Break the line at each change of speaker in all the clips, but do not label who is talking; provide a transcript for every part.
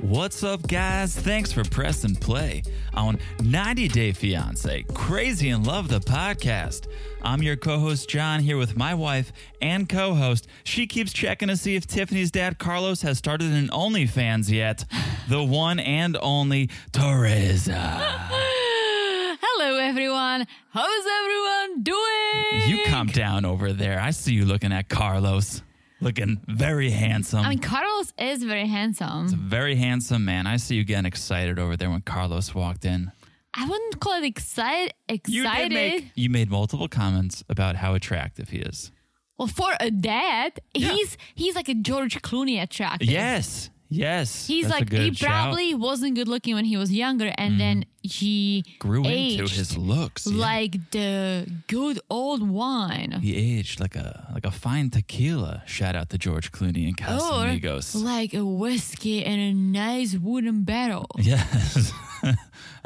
What's up, guys? Thanks for pressing play on 90 Day Fiancé Crazy in Love, the podcast. I'm your co host, John, here with my wife and co host. She keeps checking to see if Tiffany's dad, Carlos, has started an OnlyFans yet. The one and only Teresa.
Hello, everyone. How's everyone doing?
You calm down over there. I see you looking at Carlos, looking very handsome.
I mean, Carlos is very handsome.
very handsome man. I see you getting excited over there when Carlos walked in.
I wouldn't call it excited.
You
Excited.
you made multiple comments about how attractive he is.
well, for a dad, he's he's like a George Clooney attractive.
Yes, yes.
He's
That's a
like he
good shout. Mm.
probably wasn't good looking when he was younger, and then he
grew into
aged
his looks. yeah.
like the good old wine.
he aged like a like a fine tequila. Shout out to George Clooney and
Oh,
Casamigos.
Or like a whiskey in a nice wooden barrel.
Yes.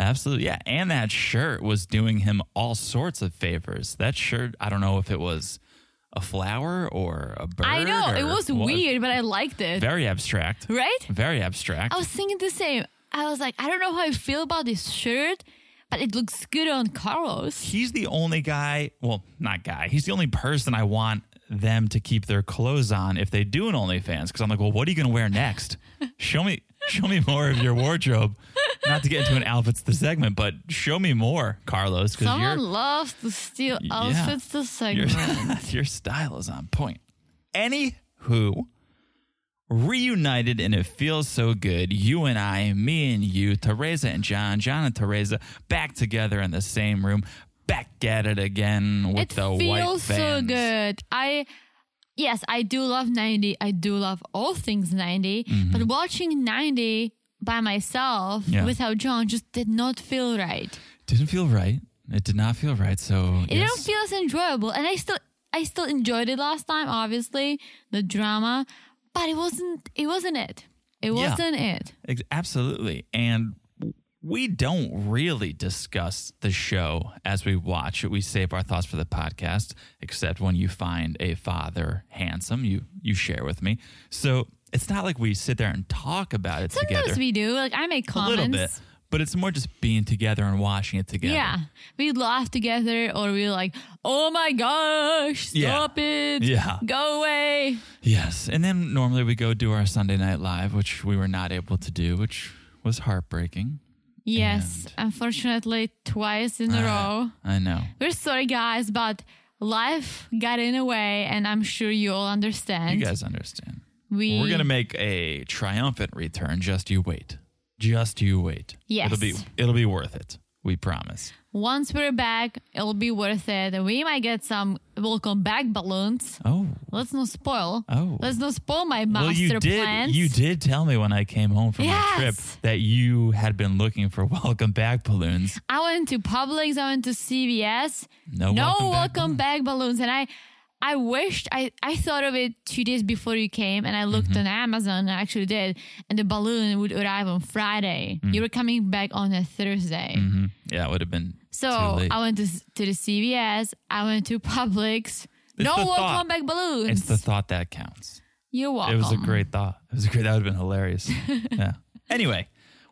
Absolutely. Yeah. And that shirt was doing him all sorts of favors. That shirt, I don't know if it was a flower or a bird.
I know it
or
was
what-
weird, but I liked it.
Very abstract.
right?
Very abstract.
I was thinking the same. I was like, I don't know how I feel about this shirt, but it looks good on Carlos.
he's the only guy, well, not guy, he's the only person I want them to keep their clothes on if they do an OnlyFans. Cause I'm like, well, what are you gonna wear next? show me show me more of your wardrobe. Not to get into an outfits the segment, but show me more, Carlos. Cause
Someone
you're-
loves to steal
Yeah.
outfits to
your,
segment.
your style is on point. Anywho, reunited and it feels so good. You and I, me and you, Teresa and John, John and Teresa, back together in the same room, back at it again with
It
the white
feels so
vans.
good. I yes, I do love 90. I do love all things 90, but watching 90 by myself
Mm-hmm. Yeah.
without John just did not feel right.
Didn't feel right. It did not feel right. So
It
yes.
didn't feel as enjoyable, and I still I still enjoyed it last time. Obviously, the drama, but it wasn't it wasn't it. It
Yeah.
wasn't it.
Ex- Absolutely. And we don't really discuss the show as we watch it. We save our thoughts for the podcast, except when you find a father handsome, you you share with me. So it's not like we sit there and talk about it
Sometimes
together
we do. Like I make
a
comments.
little bit, but it's more just being together and watching it together.
Yeah, we laugh together, or we're like, "Oh my gosh,
Yeah.
stop it,
Yeah.
go away."
Yes. And then normally we go do our Sunday night live, which we were not able to do, which was heartbreaking.
Yes, unfortunately, twice in
Ah.
a row.
I know.
We're sorry, guys, but life got in a way, and I'm sure you all understand.
You guys understand.
we
We're gonna make a triumphant return. Just you wait. Just you wait.
Yes.
It'll be it'll be worth it. We promise.
once we're back, it'll be worth it. We might get some welcome back balloons.
Oh.
Let's not spoil.
Oh.
let's not spoil my master
Well, you did.
plans.
You did tell me when I came home from my trip
Yes.
that you had been looking for welcome back balloons.
I went to Publix. I went to CVS.
No welcome
welcome,
back
back, balloons. And I, I wished I, I thought of it two days before you came, and I looked
Mm-hmm.
on Amazon. And I actually did, and the balloon would arrive on Friday.
Mm.
You were coming back on a Thursday,
hmm Yeah, it would have been
so
too late.
I went to s- to the CVS. I went to Publix. no
the
welcome
thought.
back balloons.
it's the thought that counts.
You're welcome.
It was a great thought. It was a great. That would have been hilarious. yeah. Anyway,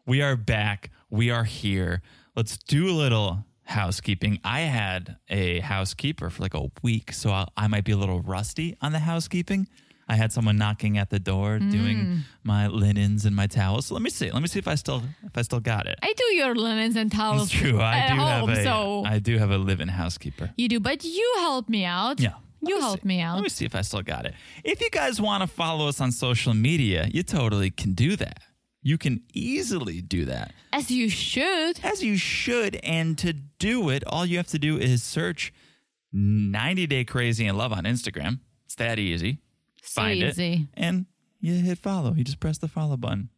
we are back. We are here. Let's do a little housekeeping. I had a housekeeper for like a week, so I, I might be a little rusty on the housekeeping. I had someone knocking at the door
Hmm.
doing my linens and my towels. So let me see. Let me see if I still if I still got it.
I do your linens and towels
It's true. I
at
do have
home,
a
so
I do have a live-in housekeeper.
you do. But you help me out.
Yeah. Let
you
me
help
see.
me
Let
out.
me see if I still got it. If you guys want to follow us on social media, you totally can do that. You can easily do that,
As you should.
as you should. And to do it, all you have to do is search 90 Day Crazy and Love on Instagram. It's that easy.
So
Find it.
easy.
And you hit follow. You just press the follow button.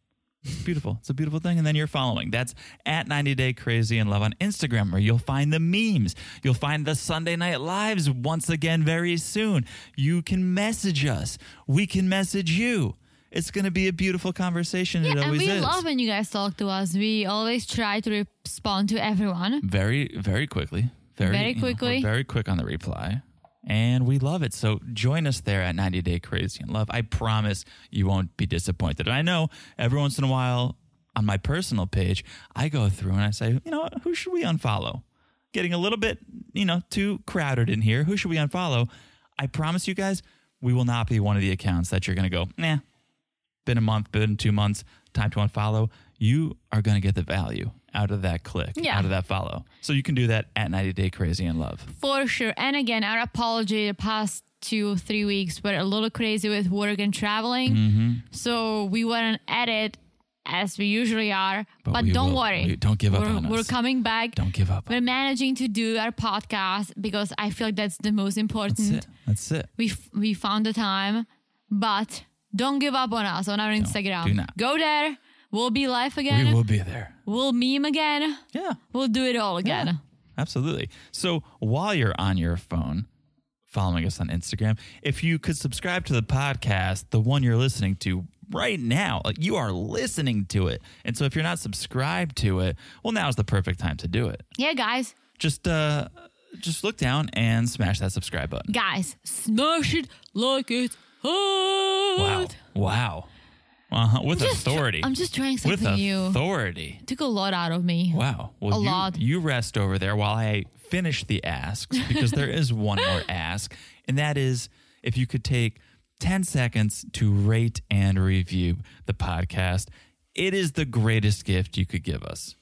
It's beautiful. It's a beautiful thing. And then you're following. That's at 90 Day Crazy and Love on Instagram, where you'll find the memes. You'll find the Sunday Night Lives once again very soon. You can message us. We can message you. It's going to be a beautiful conversation. it
and
always
we
is.
love when you guys talk to us. We always try to respond to everyone.
very, very quickly. Very,
Mm-hmm. Very
you know, we're
quickly.
very quick on the reply. And we love it. So join us there at 90 Day Crazy in Love. I promise you won't be disappointed. I know every once in a while on my personal page, I go through and I say, you know, what, who should we unfollow? Getting a little bit, you know, too crowded in here. Who should we unfollow? I promise you guys, we will not be one of the accounts that you're going to go, nah, been a month, been two months, time to unfollow. You are going to get the value out of that click,
Yeah.
out of that follow. So you can do that at 90 Day Crazy in Love.
For sure. And again, our apology the past two, three weeks were a little crazy with work and traveling.
Mm-hmm.
So we weren't at it as we usually are. But,
we
don't
will-
worry.
we- don't give up
we're,
on
We're
us.
coming back.
Don't give up.
We're managing to do our podcast because I feel like that's the most
That's
important.
it. That's it.
We f- we found the time, but don't give up on us on our Instagram.
do not.
Go there. We'll be live again.
We will be there.
we'll meme again.
Yeah.
We'll do it all again.
Absolutely. So while you're on your phone following us on Instagram, if you could subscribe to the podcast, the one you're listening to right now, like you are listening to it. And so if you're not subscribed to it, well, now's the perfect time to do it.
Yeah, guys.
Just, uh, just look down and smash that subscribe button.
Guys, smash it like it's
Wow.
hot.
Wow. Uh-huh. With
Just tr-
authority.
I'm just trying
With
something new.
authority.
Took a lot out of me.
Wow. Well,
A
you,
lot.
You rest over there while I finish the asks because there is one more ask, and that is if you could take 10 seconds to rate and review the podcast. It is the greatest gift you could give us.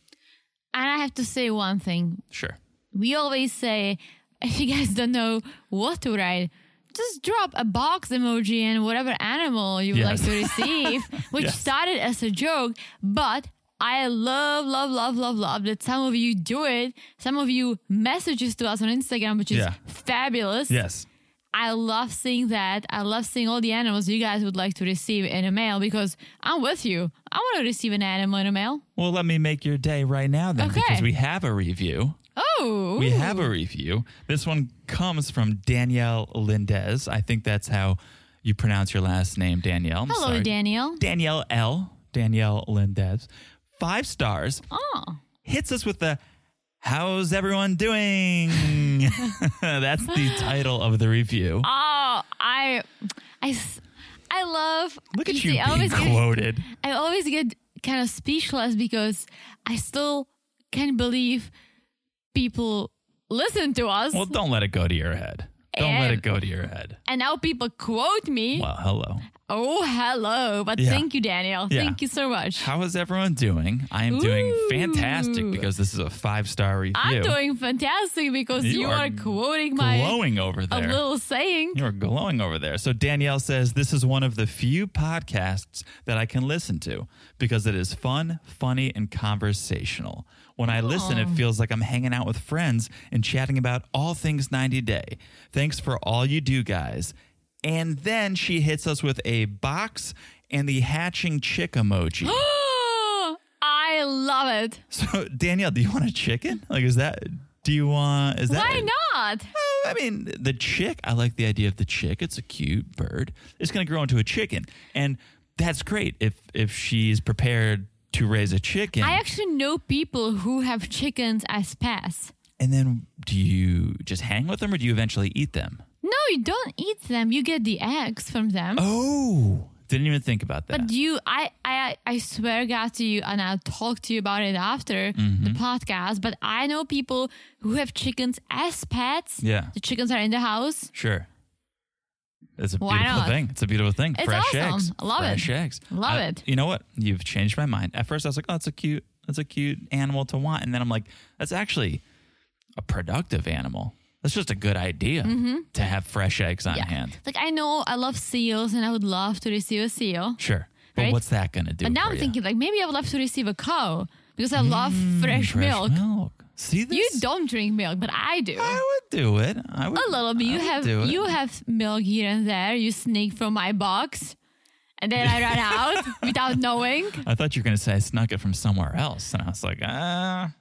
And I have to say one thing.
Sure.
We always say, if you guys don't know what to write, just drop a box emoji and whatever animal you would
Yes.
like to receive, which
Yes.
started as a joke, but I love, love, love, love, love that some of you do it. Some of you messages to us on Instagram, which is
Yeah.
fabulous.
Yes.
I love seeing that. I love seeing all the animals you guys would like to receive in a mail because I'm with you. I want to receive an animal in a mail.
Well, let me make your day right now then
Okay.
because we have a review.
Oh,
We have a review. This one comes from Danielle Lindez. I think that's how you pronounce your last name, Danielle. I'm
hello,
sorry.
Danielle.
Danielle L. Danielle Lindez. Five stars.
Oh,
Hits us with the How's everyone doing? That's the title of the review.
oh, I, I, s- I love.
Look at
see,
you
I
being
always get,
quoted.
I always get kind of speechless because I still can't believe people listen to us,
Well, don't let it go to your head. Don't let it go to your head.
and now people quote me.
Well, hello.
Oh, hello! But
Yeah.
thank you, Danielle.
Yeah.
Thank you so much.
How is everyone doing? I am doing
Ooh.
fantastic because this is a five star review.
I'm doing fantastic because
You
you,
are
are, quoting my
glowing over
a
there.
little saying.
You're glowing over there. So Danielle says this is one of the few podcasts that I can listen to because it is fun, funny, and conversational. When I listen, it feels like I'm hanging out with friends and chatting about all things 90 Day. Thanks for all you do, guys. And then she hits us with a box and the hatching chick emoji.
I love it.
so Danielle, do you want a chicken? Like, is that? Do you want? Is that?
Why not?
Uh, I mean, the chick, I like the idea of the chick. It's a cute bird. It's going to grow into a chicken. And that's great if if she's prepared to raise a chicken.
I actually know people who have chickens as pets.
and then do you just hang with them or do you eventually eat them?
No, you don't eat them. You get the eggs from them.
Oh, didn't even think about that.
But you, I, I, I swear, God to you, and I'll talk to you about it after
Mm-hmm.
the podcast. But I know people who have chickens as pets.
Yeah.
the chickens are in the house.
sure. It's a
Why
beautiful
not?
thing. It's a beautiful thing.
It's
Fresh
awesome.
eggs.
I love it.
Fresh eggs.
Love
I-
it.
You know what? You've changed my mind. At first, I was like, oh, it's a cute, that's a cute animal to want. And then I'm like, that's actually a productive animal. That's just a good idea
Mm-hmm.
to have fresh eggs on hand.
Like I know I love seals, and I would love to receive a seal.
Sure. But
Right?
what's that going to do?
But now
for
I'm
ya? Hmm,
thinking like maybe I would love to receive a cow because I love fresh,
Mm, fresh
milk.
milk. See this?
You don't drink milk, but I do.
I would do it. I would.
a little bit.
I
You
would
have
do it.
you have milk here and there. You sneak from my box, and then I run out without knowing.
I thought you were going to say I snuck it from somewhere else, and I was like, ah.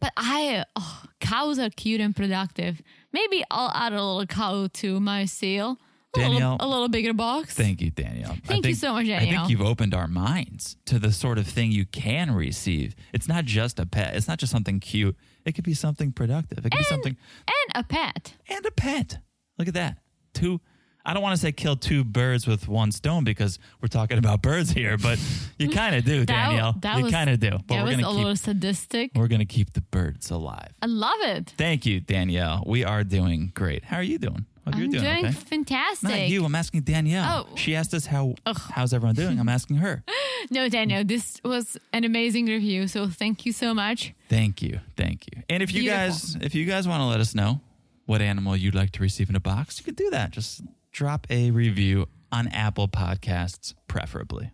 But I oh, cows are cute and productive. Maybe I'll add a little cow to my seal. A
Danielle,
little, a little bigger box.
Thank you, Danielle. I
Thank you so much,
I think
Danielle.
you've opened our minds to the sort of thing you can receive. It's not just a pet. It's not just something cute. It could be something productive. It could be something
and a pet.
and a pet. Look at that. Two. I don't want to say kill two birds with one stone because we're talking about birds here, but you kind of do, Danielle.
that
you
was-
kind of do. But we're
that was
going
a
to
little
keep
sadistic.
we're going to keep the birds alive.
I love it.
Thank you, Danielle. We are doing great. How are you doing? Hope
I'm
you're doing,
doing,
okay.
fantastic.
Not you. I'm asking Danielle.
Oh.
She asked us how how's everyone doing. I'm asking her.
No, Daniel, this was an amazing review. So thank you so much.
Thank you. Thank you. And if you
Beautiful.
guys if you guys want to let us know what animal you'd like to receive in a box, you could do that. Just drop a review on Apple Podcasts preferably.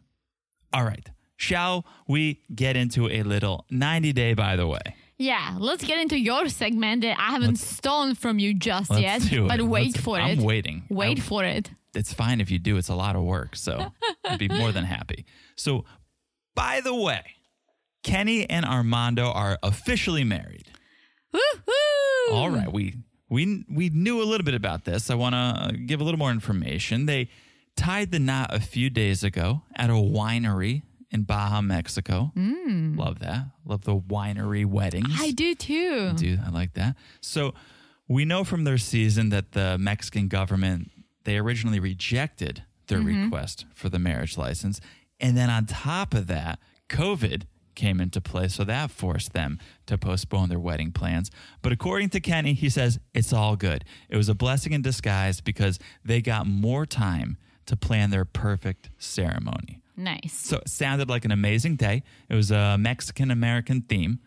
All right. Shall we get into a little 90 day by the way?
Yeah, let's get into your segment that I haven't stolen from you just
Let's
yet.
do it.
But wait
Let's-
for
I'm
it.
waiting.
Wait
I-
for it.
it's fine if you do. It's a lot of work. So I'd be more than happy. So, by the way, Kenny and Armando are officially married.
Woohoo!
All right, we we we knew a little bit about this. I want to give a little more information. They tied the knot a few days ago at a winery in Baja, Mexico. Love that. Love the winery weddings.
I do too.
Dude, I like that. So we know from their season that the Mexican government they originally rejected their request for the marriage license, and then on top of that, COVID came into play, so that forced them to postpone their wedding plans. But according to Kenny, he says it's all good. It was a blessing in disguise because they got more time to plan their perfect ceremony.
Nice.
So it sounded like an amazing day. It was a Mexican American theme.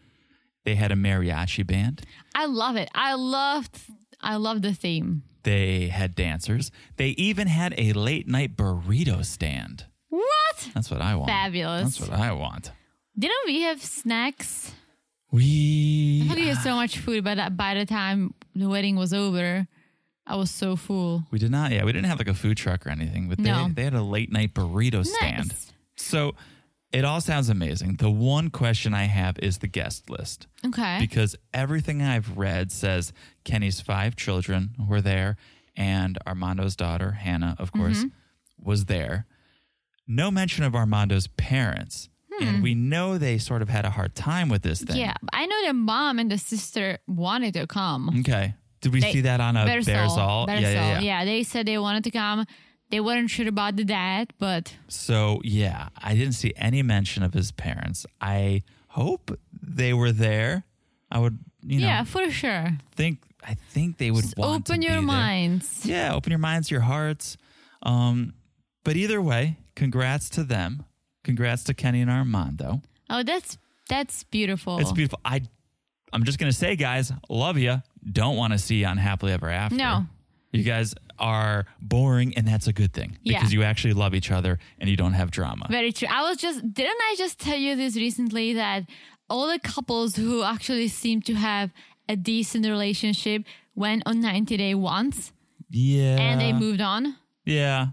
They had a mariachi band.
I love it. I loved I love the theme.
They had dancers. They even had a late night burrito stand.
What?
That's what I want.
Fabulous.
That's what I want.
Didn't we have snacks? I thought
We
we had so much food, but that by the time the wedding was over, I was so full.
we did not. Yeah, we didn't have like a food truck or anything, but
No.
they they had a late night burrito stand.
Nice.
So it all sounds amazing. The one question I have is the guest list.
Okay.
because everything I've read says Kenny's five children were there, and Armando's daughter, Hannah,
Mm-hmm.
of course, was there. No mention of Armando's parents. And we know they sort of had a hard time with this thing.
Hmm. yeah, I know the mom and the sister wanted to come.
Okay. Did we
They-
see that on a
Better
Bears, all?
Better
Yeah, yeah, yeah.
they said they wanted to come. They weren't sure about the dad, but
So, yeah, I didn't see any mention of his parents. I hope they were there. I would, you know,
yeah, for sure.
think I think they would want to
Open
be
your
there.
minds.
Yeah, open your minds, your hearts. Um, but either way, congrats to them. Congrats to Kenny and Armando.
Oh, that's that's beautiful.
It's beautiful. I, I'm just gonna say, guys, love you. Don't want to see you on happily ever after.
No.
you guys are boring, and that's a good thing
Yeah.
because you actually love each other and you don't have drama.
Very true. I was just didn't I just tell you this recently that all the couples who actually seem to have a decent relationship went on 90 day once
yeah,
and they moved on.
Yeah,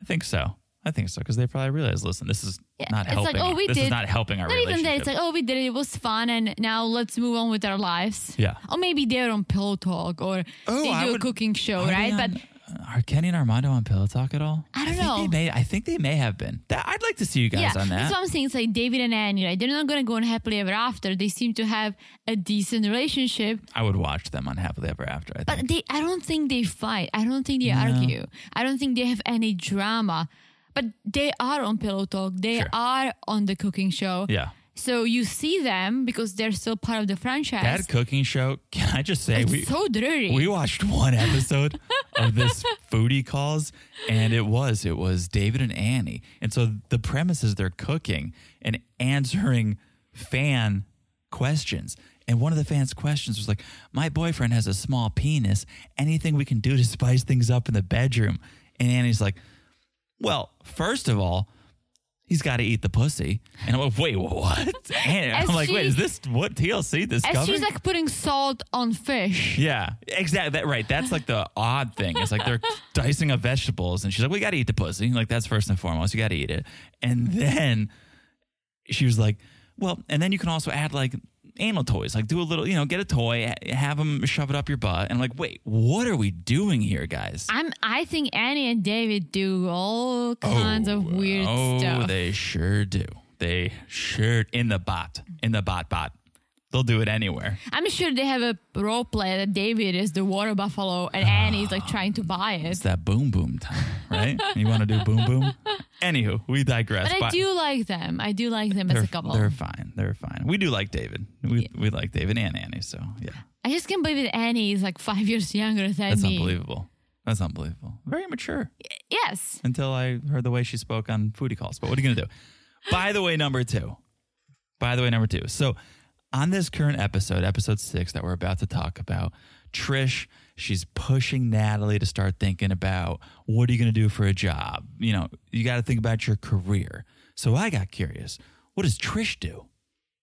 I think so. I think so because they probably realize, listen, this is not
it's like,
helping.
oh, we
this is
did-
not helping our
Not
relationship.
even that. It's like, oh, we did it. It was fun, and now let's move on with our lives.
Yeah.
Or maybe they're on Pillow Talk, or
Oh,
they do
I
a
would-
cooking show,
Are they
right?
on-
but
are Kenny and Armando on Pillow Talk at all?
I don't
think
know.
They may, I think they may have been. That, I'd like to see you guys
yeah,
on that.
that's what I'm saying. It's like David and Annie, right? They're not gonna go on happily ever after. They seem to have a decent relationship,
I would watch them on Happily Ever After. I think.
But they, I don't think they fight. I don't think they argue. I don't think they have any drama. But they are on Pillow Talk. They
Sure.
are on the cooking show.
yeah.
So you see them because they're still part of the franchise.
That cooking show, can I just say,
it's
we,
so dirty.
we watched one episode of this foodie calls, and it was, it was David and Annie. And so the premise is they're cooking and answering fan questions. And one of the fans' questions was like, My boyfriend has a small penis. Anything we can do to spice things up in the bedroom? And Annie's like, Well, first of all, he's got to eat the pussy. And I'm like, wait, what? And
As
I'm like, wait,
she-
is this what TLC this
and
covers?
she's like putting salt on fish.
yeah, exactly. That, right. That's like the odd thing. It's like they're dicing up vegetables. And she's like, we got to eat the pussy. Like, that's first and foremost. You got to eat it. And then she was like, well, and then you can also add like anal toys. Like, do a little, you know, get a toy, ha- have them shove it up your butt. And I'm like, wait, what are we doing here, guys?
I'm. I think Annie and David do all kinds of weird
oh,
stuff.
they sure do. They sure in the bot, in the bot bot. They'll do it anywhere.
I'm sure they have a role play that David is the water buffalo and Annie's like trying to buy
Ah. It's
it.
that boom boom time, right? you want to do boom boom? Anywho, we digress.
But I do like them. I do like them as
They're,
a couple.
they're fine. They're fine. We do like David. We, we like David and Annie. So yeah,
I just can't believe that Annie is like five years younger than
that's
me.
unbelievable. That's unbelievable. Very mature.
Yes.
until I heard the way she spoke on foodie calls. But what are you going to do? By the way, number two. By the way, number two. So, on this current episode, episode six that we're about to talk about, Trish, she's pushing Natalie to start thinking about what are you going to do for a job? You know, you got to think about your career. So, I got curious what does Trish do?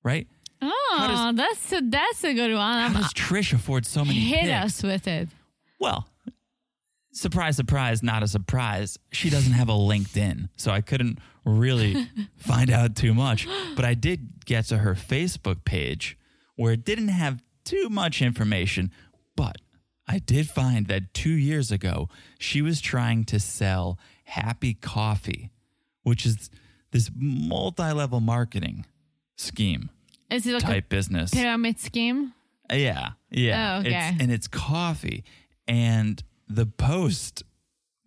Right?
Oh,
does-
that's a, that's a good one.
How
I'm,
does Trish afford so many
Uh-huh. hit
picks?
us with it.
Well, surprise, surprise, not a surprise. She doesn't have a LinkedIn, so I couldn't really find out too much. But I did get to her Facebook page where it didn't have too much information, but I did find that two years ago, she was trying to sell Happy Coffee, which is this multi level marketing scheme
Is it like
type business.
a pyramid scheme?
Yeah. Yeah.
Oh,
It's-
okay.
and it's coffee. And the post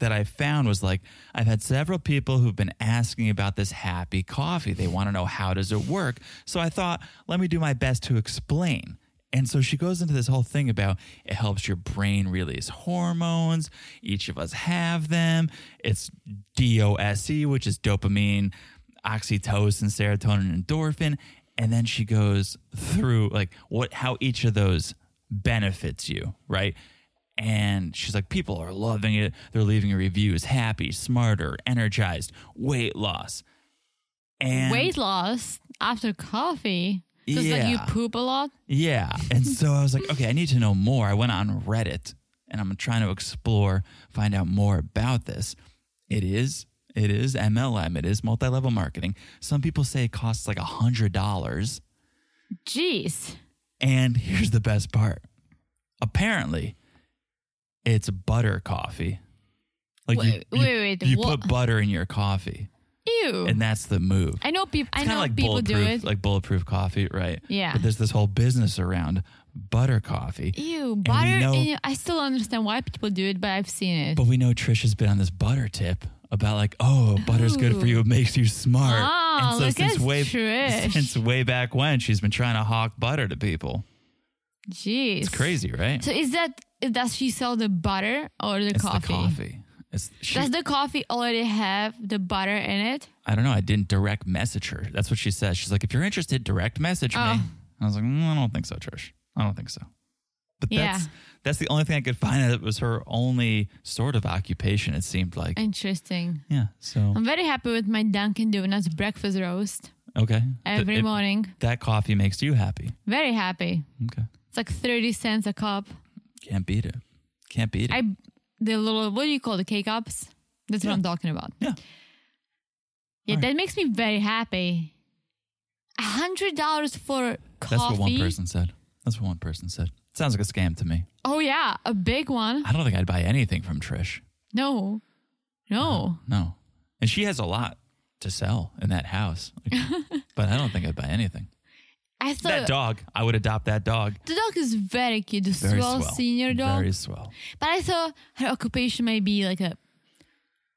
that I found was like, I've had several people who've been asking about this happy coffee. They want to know how does it work. So I thought, let me do my best to explain. And so she goes into this whole thing about it helps your brain release hormones. Each of us have them. It's DOSE, E, which is dopamine, oxytocin, serotonin, endorphin. And then she goes through like what how each of those benefits you, right? And she's like, people are loving it. They're leaving reviews, happy, smarter, energized, weight loss. And
Weight loss after coffee. So it's like you
Yeah.
poop a lot.
Yeah. And so I was like, okay, I need to know more. I went on Reddit and I'm trying to explore, find out more about this. It is, it is MLM, it is multi level marketing. Some people say it costs like a $100.
Jeez.
And here's the best part apparently, it's butter coffee. Like
Wait,
you, you,
wait, wait,
you
what?
put butter in your coffee,
Ew.
and that's the move.
I know people. I
It's kind
know
of like
people do
bulletproof,
it.
like bulletproof coffee, right?
Yeah.
But there's this whole business around butter coffee.
Ew, butter.
know-
and I still don't understand why people do it, but I've seen it.
But we know Trish has been on this butter tip about like, oh, butter's good for you. It makes you smart.
Oh, look at Trish.
since way back when, she's been trying to hawk butter to people.
Jeez,
It's crazy, right?
So is that does she sell the butter or the
it's
coffee?
the coffee. It's she,
Does the coffee already have the butter in it?
I don't know. I didn't direct message her. That's what she says. She's like, if you're interested, direct message me.
Oh.
I was like, mm, I don't think so, Trish. I don't think so. But
Yeah.
that's that's the only thing I could find that was her only sort of occupation. It seemed like,
Interesting.
yeah. So
I'm very happy with my Dunkin' Donuts breakfast roast
okay,
every
It- it-
morning.
that coffee makes you happy.
Very happy.
Okay,
It's like 30 cents a cup.
can't beat it. Can't beat it.
I the little what do you call the K cups? That's what I'm talking about.
Yeah.
Yeah,
All right.
that makes me very happy. A hundred dollars for coffee.
that's what one person said. That's what one person said. Sounds like a scam to me.
Oh yeah, a big one.
I don't think I'd buy anything from Trish.
No, no.
No, and she has a lot to sell in that house. Like, but I don't think I'd buy anything.
I thought
that dog. I would adopt that dog.
the dog is very cute, the
Very
swell,
swell.
senior dog.
Very swell.
But I thought her occupation may be like a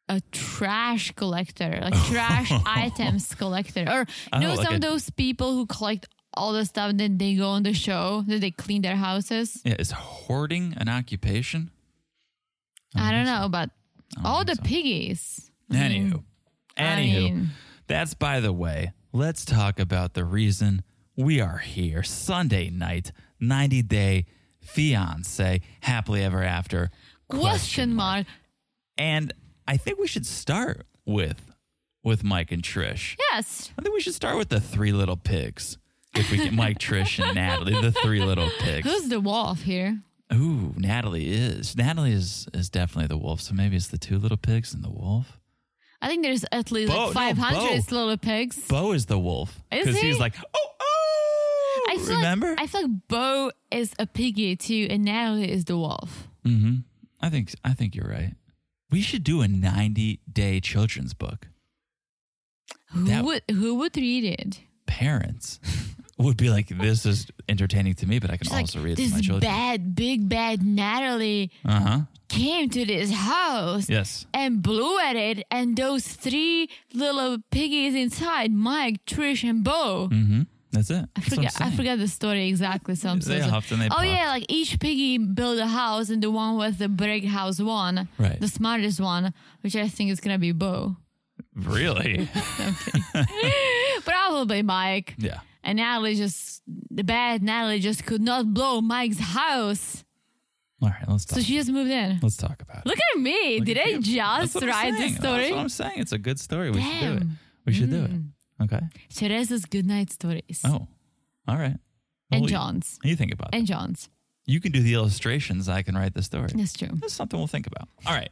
a trash collector, like trash items collector, or
Oh,
you know
like
some
a-
of those people who collect all the stuff that they go on the show that they clean their houses.
Yeah, is hoarding an occupation?
I don't know, but
don't
all the
think so.
piggies.
Anywho,
Mm-hmm. I
anywho,
mean-
that's by the way. Let's talk about the reason we are here. Sunday night, ninety day fiance, happily ever after.
Question mark.
And I think we should start with with Mike and Trish.
Yes.
I think we should start with the three little pigs. If we get Mike, Trish, and Natalie, the three little pigs.
Who's the wolf here?
Ooh, Natalie is. Natalie is is definitely the wolf. So maybe it's the two little pigs and the wolf.
I think there's at least
Bo- no,
like 500
Bo.
little pigs.
Bo is the wolf
Is
because
he?
he's like, oh, oh.
I feel
remember?
Like, I feel like Bo is a piggy too, and Natalie is the wolf.
mm-hmm. I think I think you're right. We should do a 90 day children's book.
Who
That-
would who would read it?
Parents, would be like, this is entertaining to me, but I can
It's
also
like
read it to
this
my children.
bad, big bad Natalie
Uh huh.
came to this house
Yes.
and blew at it, and those three little piggies inside, Mike, Trish, and Bo.
Mm-hmm. That's it.
I forgot, I forgot the story exactly. So I'm so
They
sorry.
hopped and they
oh
popped.
yeah, like each piggy built a house, and the one was the brick house one,
Right.
The smartest one, which I think is gonna be Bo,
Really?
probably Mike.
yeah.
And Natalie just the bad Natalie just could not blow Mike's house,
All right. Let's talk.
so she just moved in.
let's talk about it.
Look at me! Did
at
I
you. That's
just
what I'm
write the
saying. That's what
story?
I'm saying. It's a good story. We should do it.
Damn. Mm.
We should do it. Okay.
Teresa's good night stories
Oh. All right. Well,
and
you-
John's
You think about it.
and John's.
You can do the illustrations. I can write the story.
That's true.
That's something we'll think about. All right.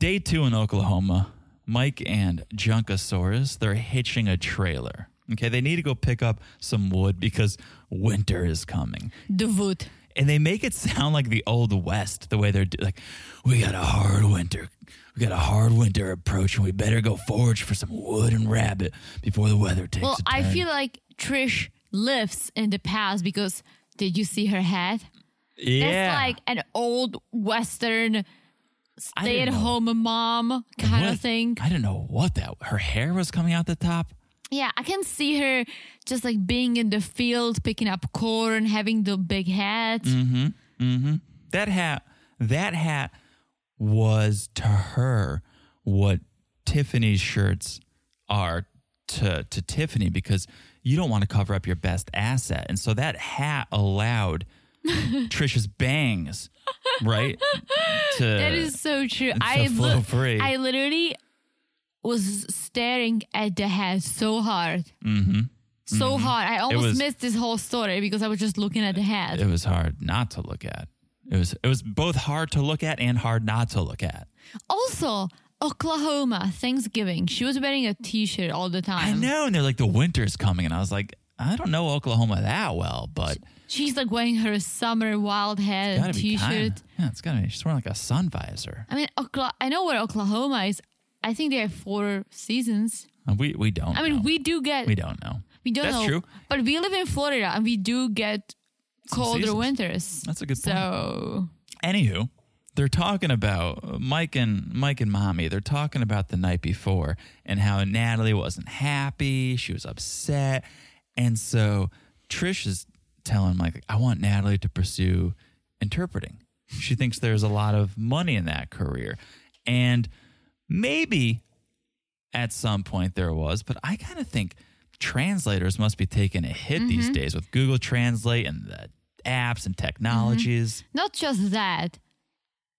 Day two in Oklahoma. Mike and Junkosaurus, they're hitching a trailer. Okay, they need to go pick up some wood because winter is coming.
The wood.
And they make it sound like the old west the way they're do- like, we got a hard winter. We got a hard winter approach, and we better go forage for some wood and rabbit before the weather takes
Well,
a
I
turn."
feel like Trish lives in the past because did you see her head?
yeah.
That's like an old Western
I didn't
stay at home mom
know
kind
what-
of thing.
I didn't know what that. Her hair was coming out the top.
Yeah, I can see her just like being in the field, picking up corn, having the big hat.
Mm-hmm. that hat that hat was to her what Tiffany's shirts are to to Tiffany because you don't want to cover up your best asset. And so that hat allowed Trisha's bangs, right? To
That is so true. I
a flow free.
I literally was staring at the hat so hard. Mm-hmm. So hard. I almost
Mm-hmm. was-
missed this whole story because I was just looking at the hat.
it was hard not to look at. It was it was both hard to look at and hard not to look at.
Also, Oklahoma, Thanksgiving. She was wearing a t shirt all the
I
time.
know, and they're like the winter's coming, and I was like, I don't know Oklahoma that well, but
She's like wearing her summer wild hat
gotta
and
be
t
kind.
shirt.
Yeah, it's gotta be. She's wearing like a sun visor.
I mean, Okla- I know where Oklahoma is. I think they have four seasons.
Uh, We we don't.
I mean,
know.
we do get,
we
we,
don't know.
don't
That's
know.
true.
But we live in Florida and we do get colder
seasons. Uh-huh.
winters.
That's a good point.
So,
Anywho, they're talking about Mike and Mike and Mommy. They're talking about the night before and how Natalie wasn't happy. She was upset, and so Trish is telling Mike, "I want Natalie to pursue interpreting. She thinks there's a lot of money in that career, and maybe at some point there was, but I kind of think translators must be taking a hit these days with Google Translate and the apps and technologies.
not just that,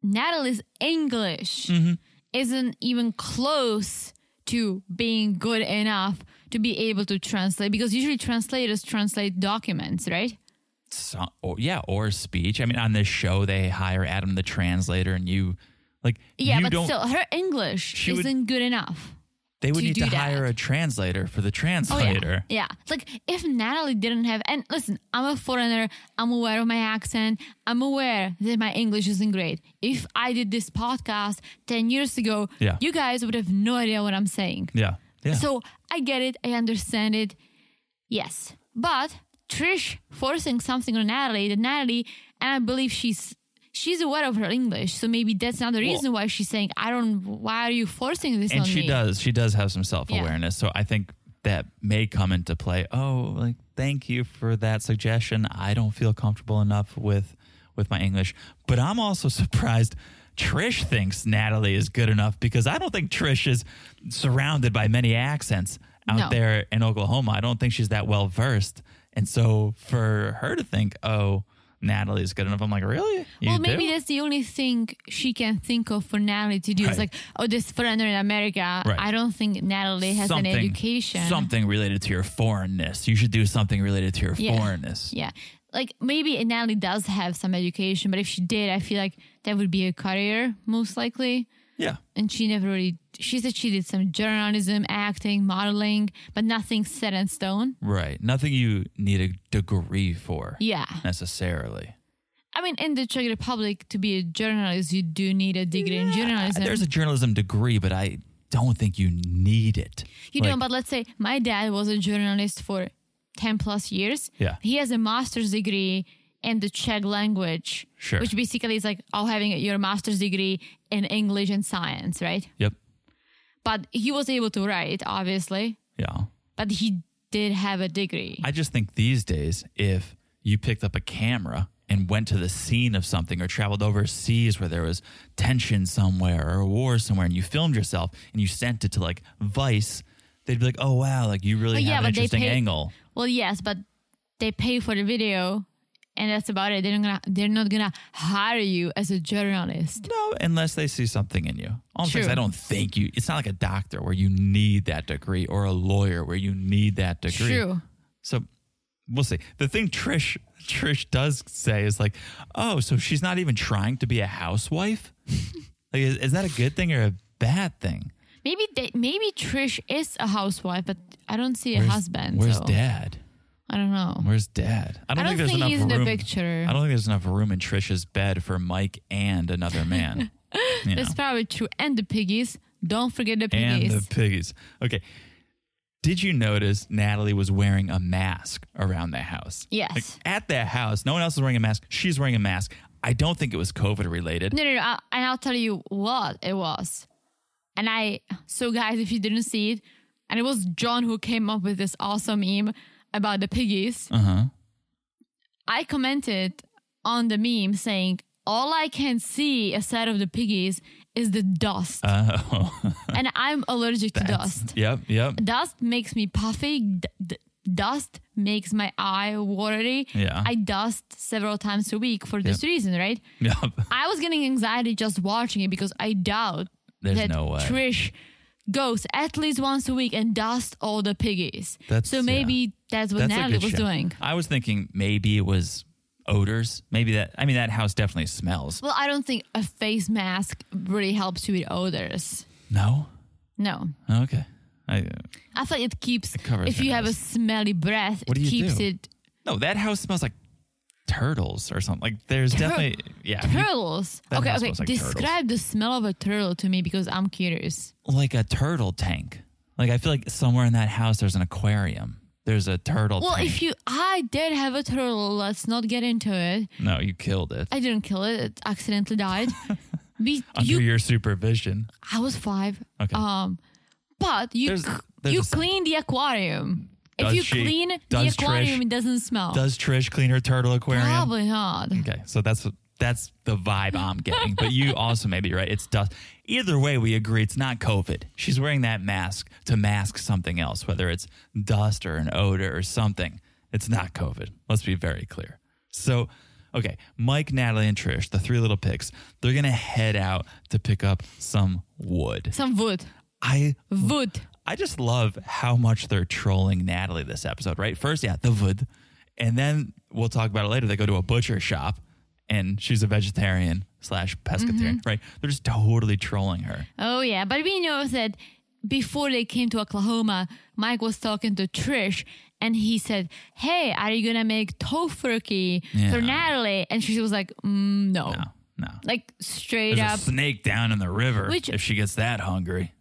Natalie's English
Mm-hmm.
isn't even close to being good enough to be able to translate because usually translators translate documents, right?
So, or, yeah, or speech. I mean, on this show, they hire Adam the translator, and you like
Yeah,
you
but
don't.
still, her English
She would-
isn't good enough.
they would
to
need
do
to
that.
hire a translator for the
Oh, yeah.
translator.
yeah. Like if Natalie didn't have and listen, I'm a foreigner, I'm aware of my accent, I'm aware that my English isn't great. If I did this podcast ten years ago,
Yeah.
you guys would have no idea what I'm saying.
yeah, yeah.
So I get it, I understand it. Yes. But Trish forcing something on Natalie that Natalie and I believe she's she's aware of her English, so maybe that's another reason why she's saying, I don't why are you forcing this
and
on
she
me?
does she does have some self-awareness so i think that may come into play oh like thank you for that suggestion i don't feel comfortable enough with with my english but i'm also surprised trish thinks natalie is good enough because i don't think trish is surrounded by many accents out
No.
there in oklahoma i don't think she's that well versed and so for her to think oh natalie is good enough i'm like really you
well, maybe
do?
that's the only thing she can think of for Natalie to do. It's
Right.
like, oh, this foreigner in America.
Right.
I don't think Natalie has an education.
Something related to your foreignness. You should do something related to your
Yeah.
foreignness.
Yeah. Like maybe Natalie does have some education, but if she did, I feel like that would be a career most likely.
Yeah.
And she never really, she said she did some journalism, acting, modeling, but nothing set in stone.
Right. Nothing you need a degree for
Yeah.
necessarily.
I mean, in the Czech Republic, to be a journalist, you do need a degree in journalism.
There's a journalism degree, but I don't think you need it.
You
Like,
know, but let's say my dad was a journalist for 10 plus years.
Yeah.
He has a master's degree in the Czech language,
Sure.
which basically is like all having your master's degree in English and science, right?
Yep.
But he was able to write, obviously,
Yeah.
but he did have a degree.
I just think these days, if you picked up a camera and went to the scene of something or traveled overseas where there was tension somewhere or a war somewhere and you filmed yourself and you sent it to like Vice, they'd be like, oh, wow, like you really
But
have
yeah,
an
but they
interesting
pay-
angle.
well, yes, but they pay for the video and that's about it. They're not gonna they're not gonna hire you as a journalist.
No, unless they see something in you. Almost
True.
I don't think you, it's not like a doctor where you need that degree or a lawyer where you need that degree.
True.
So we'll see. The thing Trish Trish does say is like, oh, so she's not even trying to be a housewife. like, is, is that a good thing or a bad thing?
Maybe they, maybe Trish is a housewife, but I don't see a husband.
Where's
so
dad?
I don't know.
Where's dad? I
I don't
there's
think
enough
he's in
room.
the picture.
I don't think there's enough room in Trish's bed for Mike and another man. You know.
That's probably true. And the piggies. Don't forget the
and
piggies.
the piggies. Okay. Did you notice Natalie was wearing a mask around the house?
Yes.
Like, at that house, no one else is wearing a mask. She's wearing a mask. I don't think it was COVID related.
no, no, no. I, and I'll tell you what it was. And I, so guys, if you didn't see it, and it was John who came up with this awesome meme about the piggies.
Uh huh.
I commented on the meme saying, all I can see aside of the piggies is the dust.
Oh,
and I'm allergic to dust.
yep, yep.
dust makes me puffy. D- d- dust makes my eye watery.
Yeah.
I dust several times a week for this reason, right?
Yep.
I was getting anxiety just watching it because I doubt
There's
that
no way.
Trish goes at least once a week and dust all the piggies.
That's-
so maybe
yeah.
that's what
That's a
Natalie
good
was
show.
doing.
I was thinking maybe it was odors. Maybe that, I mean, that house definitely smells.
Well, I don't think a face mask really helps you with odors.
No?
No.
Okay. I, uh,
I thought it keeps,
covers
if
your
you have a
nose.
smelly breath,
What do
it
you
keeps
do?
it.
no, that house smells like turtles or something. Like there's definitely, yeah. you-
Turtles.
That
okay,
house
okay.
smells like turtles.
Describe the smell of a turtle to me because I'm curious.
like a turtle tank. Like I feel like somewhere in that house there's an aquarium. There's a turtle
Well,
tank.
if you, I did have a turtle. Let's not get into it.
no, you killed it.
I didn't kill it. It accidentally died. we,
Under
you,
your supervision.
I was five.
Okay.
Um, but you,
There's-
c-
there's
you
a scent.
clean the aquarium.
Does
if you
she-
clean the
does
aquarium,
Trish-
it doesn't smell.
Does Trish clean her turtle aquarium?
Probably not.
Okay, so that's that's the vibe I'm getting. but you also may be right. It's dust. Either way, we agree it's not COVID. She's wearing that mask to mask something else, whether it's dust or an odor or something. It's not COVID. Let's be very clear. So, okay, Mike, Natalie, and Trish, the three little pigs, they're gonna head out to pick up some wood.
Some wood.
I
Wood.
I just love how much they're trolling Natalie this episode, right? First, yeah, the wood. And then we'll talk about it later. They go to a butcher shop and she's a vegetarian slash pescatarian,
Mm-hmm.
right? They're just totally trolling her.
Oh yeah, but we know that before they came to Oklahoma, Mike was talking to Trish and he said, "Hey, are you gonna make tofurkey
Yeah.
for Natalie?" And she was like, mm, no.
No, no.
like straight
There's
up."
a snake down in the river
Which-
if she gets that hungry.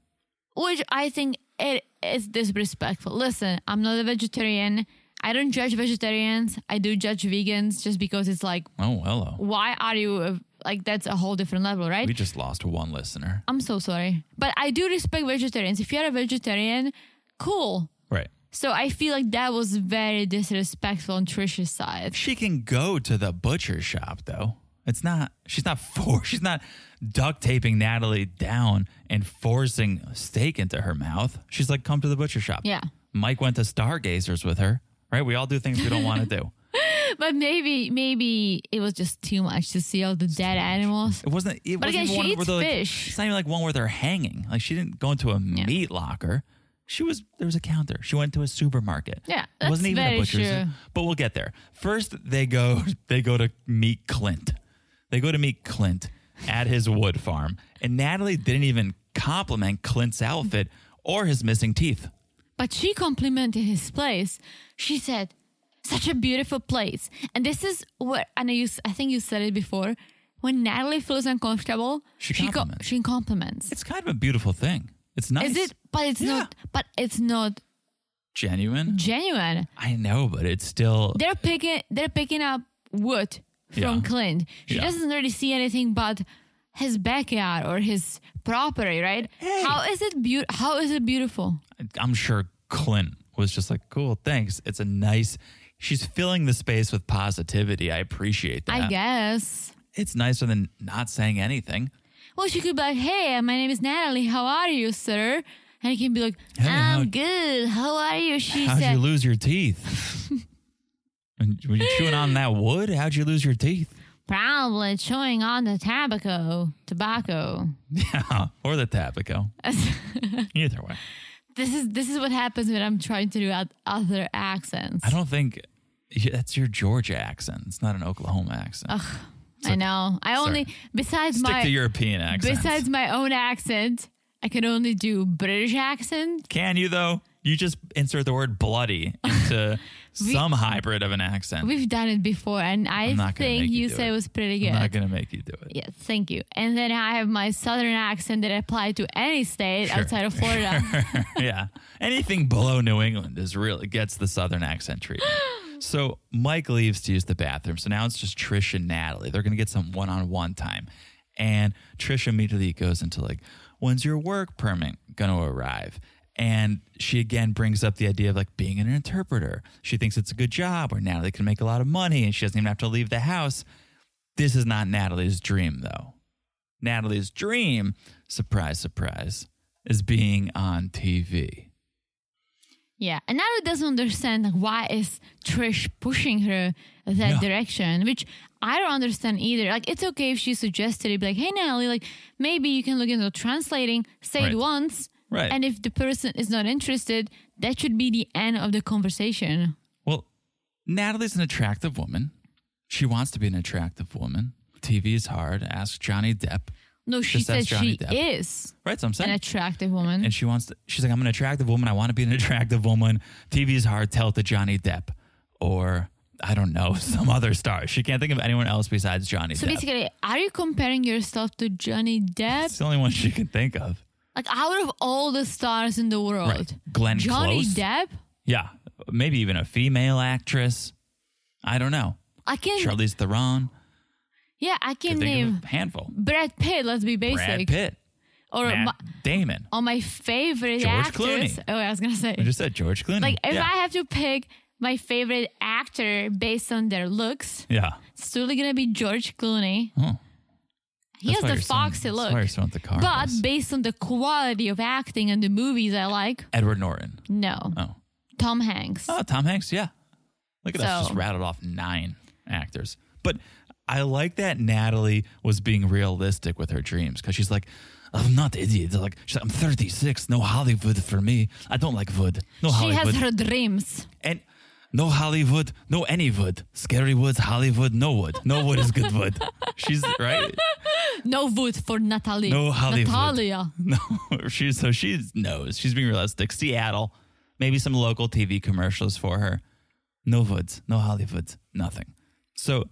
which I think it is disrespectful. Listen, I'm not a vegetarian. I don't judge vegetarians. I do judge vegans just because it's like,
Oh, hello.
why are you a, like? That's a whole different level, right?
We just lost one listener.
I'm so sorry, but I do respect vegetarians. If you're a vegetarian, cool.
Right.
So I feel like that was very disrespectful on Trisha's side.
She can go to the butcher shop though. It's not she's not for she's not duct taping Natalie down and forcing steak into her mouth. She's like, come to the butcher shop.
Yeah.
Mike went to stargazers with her. Right? We all do things we don't want to do.
But maybe maybe it was just too much to see all the dead animals.
It wasn't it
But
wasn't
again,
even
she
one where
eats
they're, like,
fish.
It's not even like one where they're hanging. Like she didn't go into a meat locker. She was there was a counter. She went to a supermarket.
Yeah,
It wasn't
that's
even a
very
butcher's.
true.
But we'll get there. First they go they go to meet Clint. They go to meet Clint at his wood farm. And Natalie didn't even compliment Clint's outfit or his missing teeth.
But she complimented his place. She said, "Such a beautiful place." And this is where I know you. s- I think you said it before. When Natalie feels uncomfortable,
She
she, co-
compliments.
she compliments.
It's kind of a beautiful thing. It's nice.
Is it? But it's
Yeah.
not. But it's not
genuine.
Genuine.
I know, but it's still
They're picking they're picking up wood from
Yeah.
Clint. She
Yeah.
doesn't really see anything but his backyard or his property, right? How is it beautiful? How is it beautiful?
I'm sure Clint was just like, cool, thanks. It's a nice, she's filling the space with positivity. I appreciate that.
I guess.
It's nicer than not saying anything.
Well, she could be like, "Hey, my name is Natalie. How are you, sir?" And he can be like,
Hey,
"I'm
how-
good. How are you?" She
How'd
said,
you lose your teeth? And Were you chewing on that wood? How'd you lose your teeth?
"Probably chewing on the tobacco, tobacco."
Yeah, or the tapico. Either way.
This is this is what happens when I'm trying to do oth- other accents.
I don't think that's your Georgia accent. It's not an Oklahoma accent.
I know. I only besides
Stick
my
to European accents.
besides my own accent, I can only do British accent.
Can you though? You just insert the word bloody into some hybrid of an accent.
We've done it before, and I
not gonna
think
make you
you
do
say
it.
it was pretty good.
I'm not gonna make you do it.
Yes, thank you. And then I have my southern accent that applied to any state outside of Florida.
yeah. Anything below New England is really gets the Southern accent treatment. So Mike leaves to use the bathroom. So now it's just Trish and Natalie. They're gonna get some one-on-one time, and Trish immediately goes into like, "When's your work permit gonna arrive?" And she again brings up the idea of like being an interpreter. She thinks it's a good job where Natalie can make a lot of money and she doesn't even have to leave the house. This is not Natalie's dream though. Natalie's dream, surprise, surprise, is being on TV.
yeah. And Natalie doesn't understand like, why is Trish pushing her that
Yeah.
direction, which I don't understand either. Like it's okay if she suggested it, be like, hey Natalie, like maybe you can look into translating, say
Right.
it once.
Right.
And if the person is not interested, that should be the end of the conversation.
Well, Natalie's an attractive woman. She wants to be an attractive woman. TV is hard. Ask Johnny Depp.
No, she
Just ask
said
Johnny
she
Depp.
is
Right, so I'm
an
saying.
attractive woman.
and she wants to, she's like, I'm an attractive woman. I want to be an attractive woman. TV is hard. Tell it to Johnny Depp or I don't know, some other star. She can't think of anyone else besides Johnny
so
Depp.
basically, are you comparing yourself to Johnny Depp?
it's the only one she can think of.
Like out of all the stars in the world,
Right. Glenn
Johnny
Close.
Depp.
Yeah. Maybe even a female actress. I don't know.
I can
Charlize Theron.
yeah, I can
Could think
name
of a handful.
Brad Pitt. Let's be basic.
Brad Pitt.
Or
Matt
my,
Damon.
or my favorite
George
actors.
Clooney.
Oh, I was gonna say
I just said George Clooney.
like if
yeah.
I have to pick my favorite actor based on their looks,
yeah.
it's totally gonna be George Clooney.
Oh.
He
That's why
has
you're
the
selling-
foxy
that's
look,
why you're selling the car
but
was.
based on the quality of acting and the movies I like,
Edward Norton.
no,
Oh.
Tom Hanks.
Oh, Tom Hanks. Yeah. Look at us
So-
just rattled off nine actors. But I like that Natalie was being realistic with her dreams because she's like, I'm not an idiot. Like she's like, I'm 36. No Hollywood for me. I don't like wood. No
she
Hollywood.
has her dreams.
and no Hollywood, no any wood. Scary woods, Hollywood, no wood. No wood is good wood. She's right.
No wood for Natalie.
No Hollywood.
Natalia.
No, she so she knows. She's being realistic. Seattle, maybe some local TV commercials for her. No woods, no Hollywoods, nothing. So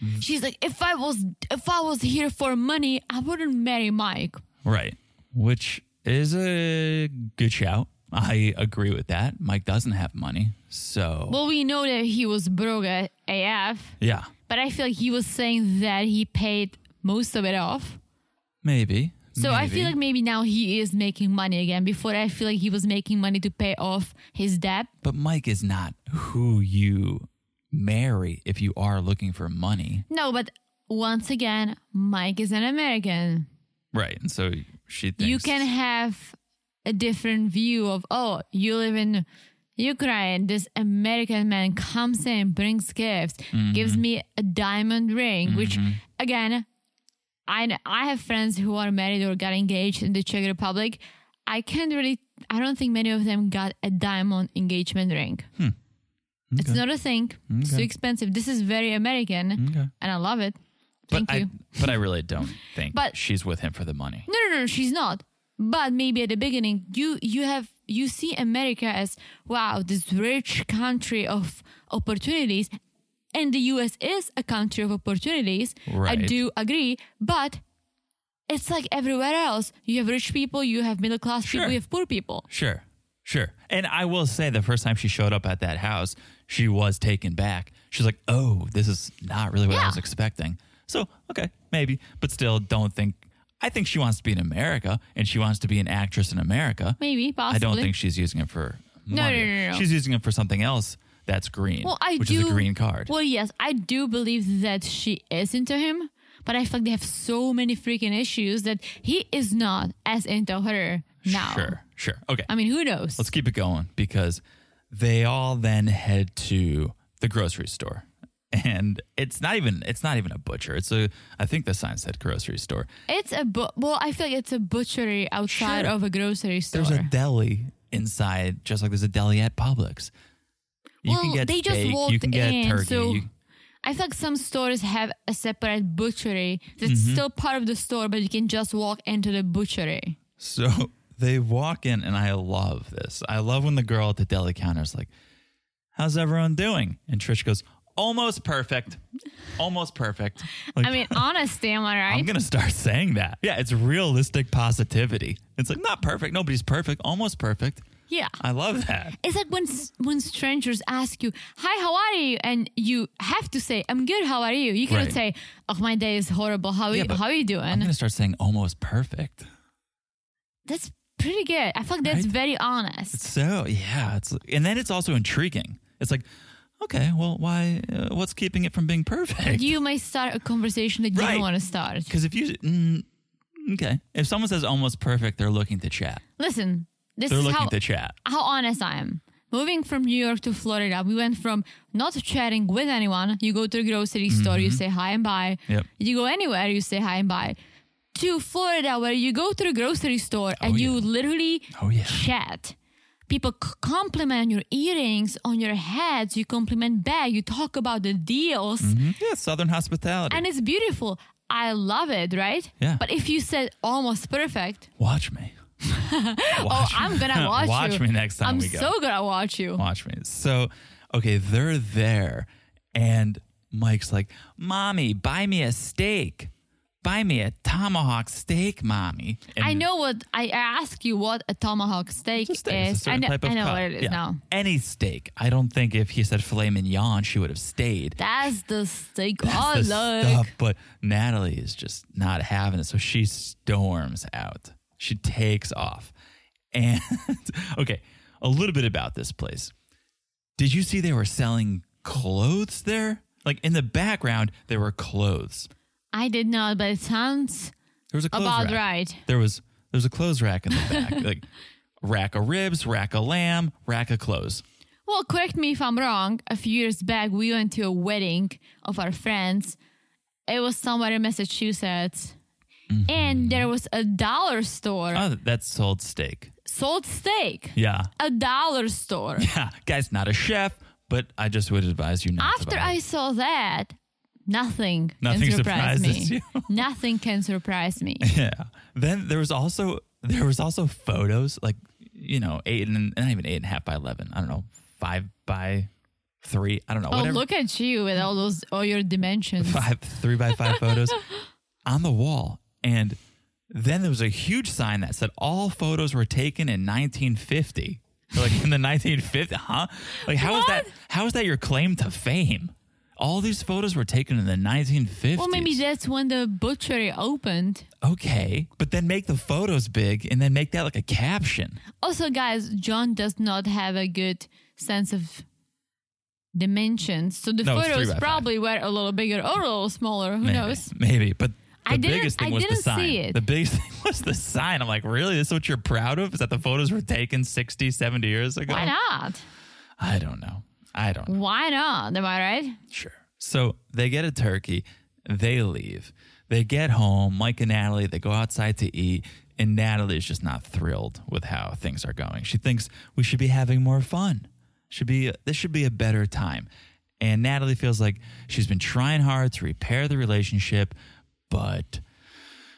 Mm.
She's like, if I was if I was here for money, I wouldn't marry Mike.
Oh. right, which is a good shout. I agree with that. Mike doesn't have money, so
Well, we know that he was broke at AF,
yeah,
but I feel like he was saying that he paid most of it off.
maybe.
So I feel
maybe.
like maybe now he is making money again. Before I feel like he was making money to pay off his debt.
But Mike is not who you marry if you are looking for money.
No, but once again, Mike is an American.
Right. And so she thinks
You can have a different view of oh, you live in Ukraine. This American man comes in, brings gifts,
Mm-hmm.
gives me a diamond ring, which again, I kn- I have friends who are married or got engaged in the Czech Republic. I can't really. I don't think many of them got a diamond engagement ring.
Hmm.
It's not a thing. It's too expensive. This is very American, and I love it.
but
Thank
I,
you.
But I really don't think
But-
she's with him for the money.
No, no, no, she's not. But maybe at the beginning, you you have you see America as wow, this rich country of opportunities, and the U.S. is a country of opportunities. I
Right.
do agree, but it's like everywhere else. You have rich people, you have middle class
Sure.
people, you have poor people.
Sure. Sure. And I will say the first time she showed up at that house, she was taken back. She's like, oh, this is not really what I
Yeah.
was expecting. So, okay, maybe, but still don't think. I think she wants to be in America and she wants to be an actress in America.
Maybe,
I don't
possibly.
think she's using it for
No,
money.
no, no, no.
She's using it for something else that's green,
Well, I
which
do.
is a green card.
Well, yes, I do believe that she is into him, but I feel like they have so many freaking issues that he is not as into her now.
Sure, sure. Okay.
I mean, who knows?
Let's keep it going because they all then head to the grocery store. And it's not even it's not even a butcher. It's a I think the sign said grocery store.
it's a bu- well, I feel like it's a butchery outside
Sure.
of a grocery store.
There's a deli inside, just like there's a deli at Publix. You
well, they just
steak,
walked
you can get
in,
turkey.
so
you-
I feel like some stores have a separate butchery that's
Mm-hmm.
still part of the store, but you can just walk into the butchery.
So they walk in, and I love this. I love when the girl at the deli counter is like, "How's everyone doing?" And Trish goes, "Almost perfect, almost perfect." Like,
I mean, honesty, am I
I'm
right?
gonna start saying that. Yeah, it's realistic positivity. It's like not perfect. Nobody's perfect. Almost perfect.
yeah.
I love that.
It's like when when strangers ask you, "Hi, how are you?" and you have to say, "I'm good. How are you?" You cannot
Right.
say, "Oh, my day is horrible. How are
Yeah,
you?
but
How are you doing?"
I'm gonna start saying almost perfect.
that's pretty good. I feel like that's
Right?
very honest.
So yeah, it's and then it's also intriguing. It's like, okay, well, why? Uh, what's keeping it from being perfect?
You may start a conversation that you
Right.
don't want to start.
Because if you mm, okay, if someone says almost perfect, they're looking to chat.
Listen, this
They're
is
looking
how
to chat.
how honest I am. Moving from New York to Florida, we went from not chatting with anyone. You go to a grocery store, you say hi and bye.
Mm-hmm. Yep.
You go anywhere, you say hi and bye. To Florida, where you go to the grocery store and
Oh,
you
yeah.
literally
Oh, yeah.
chat. People c- compliment your earrings on your heads. You compliment back. You talk about the deals,
Yeah, Southern hospitality.
Mm-hmm. and it's beautiful. I love it, right?
Yeah.
But if you said almost perfect,
watch me.
oh,
watch
I'm gonna watch,
watch
you.
me next time
I'm
we go.
so gonna watch you.
watch me. So, okay, they're there, and Mike's like, "Mommy, buy me a steak. Buy me a tomahawk steak, mommy." And
I know what I ask you what a tomahawk steak,
It's a steak. It's a
is. I
certain
know,
type of
I know
cut.
what it is
Yeah.
now.
Any steak. I don't think if he said filet mignon, she would have stayed.
That's the steak Oh, I
That's the
like.
stuff, but Natalie is just not having it. So she storms out. She takes off. And okay, a little bit about this place. Did you see they were selling clothes there? Like in the background, there were clothes.
I did not, but it sounds
There was a clothes
about
rack.
right.
There was there was a clothes rack in the back. like rack of ribs, rack of lamb, rack of clothes.
Well, correct me if I'm wrong. A few years back, we went to a wedding of our friends. It was somewhere in Massachusetts.
Mm-hmm.
And there was a dollar store
Oh, that sold steak.
sold steak.
Yeah.
A dollar store.
Yeah. Guys, not a chef, but I just would advise you not to
After
buy it.
I saw that, nothing,
Nothing
can surprise
surprises
me.
you.
nothing can surprise me.
Yeah. Then there was also there was also photos like you know eight and not even eight and a half by eleven. I don't know five by three. I don't know
Oh,
whatever.
look at you with all those all your dimensions.
Five three by five photos on the wall, and then there was a huge sign that said all photos were taken in 1950. So, Like in the 1950s, huh? Like how is that? How is that your claim to fame? All these photos were taken in the 1950s.
Well, maybe that's when the butchery opened.
okay, but then make the photos big and then make that like a caption.
Also, guys, John does not have a good sense of dimensions, so the
No, it's three
photos
by five.
probably were a little bigger or a little smaller. Who
Maybe,
knows?
Maybe, but the
I didn't-
biggest thing
I
was the
didn't
sign.
see it.
The biggest thing was the sign. I'm like, really? This is what you're proud of? Is that the photos were taken 60, 70 years ago?
Why not?
I don't know. I don't know.
Why not? Am I right?
Sure. So they get a turkey, they leave. They get home, Mike and Natalie, they go outside to eat, and Natalie is just not thrilled with how things are going. She thinks we should be having more fun. Should be this should be a better time. And Natalie feels like she's been trying hard to repair the relationship, but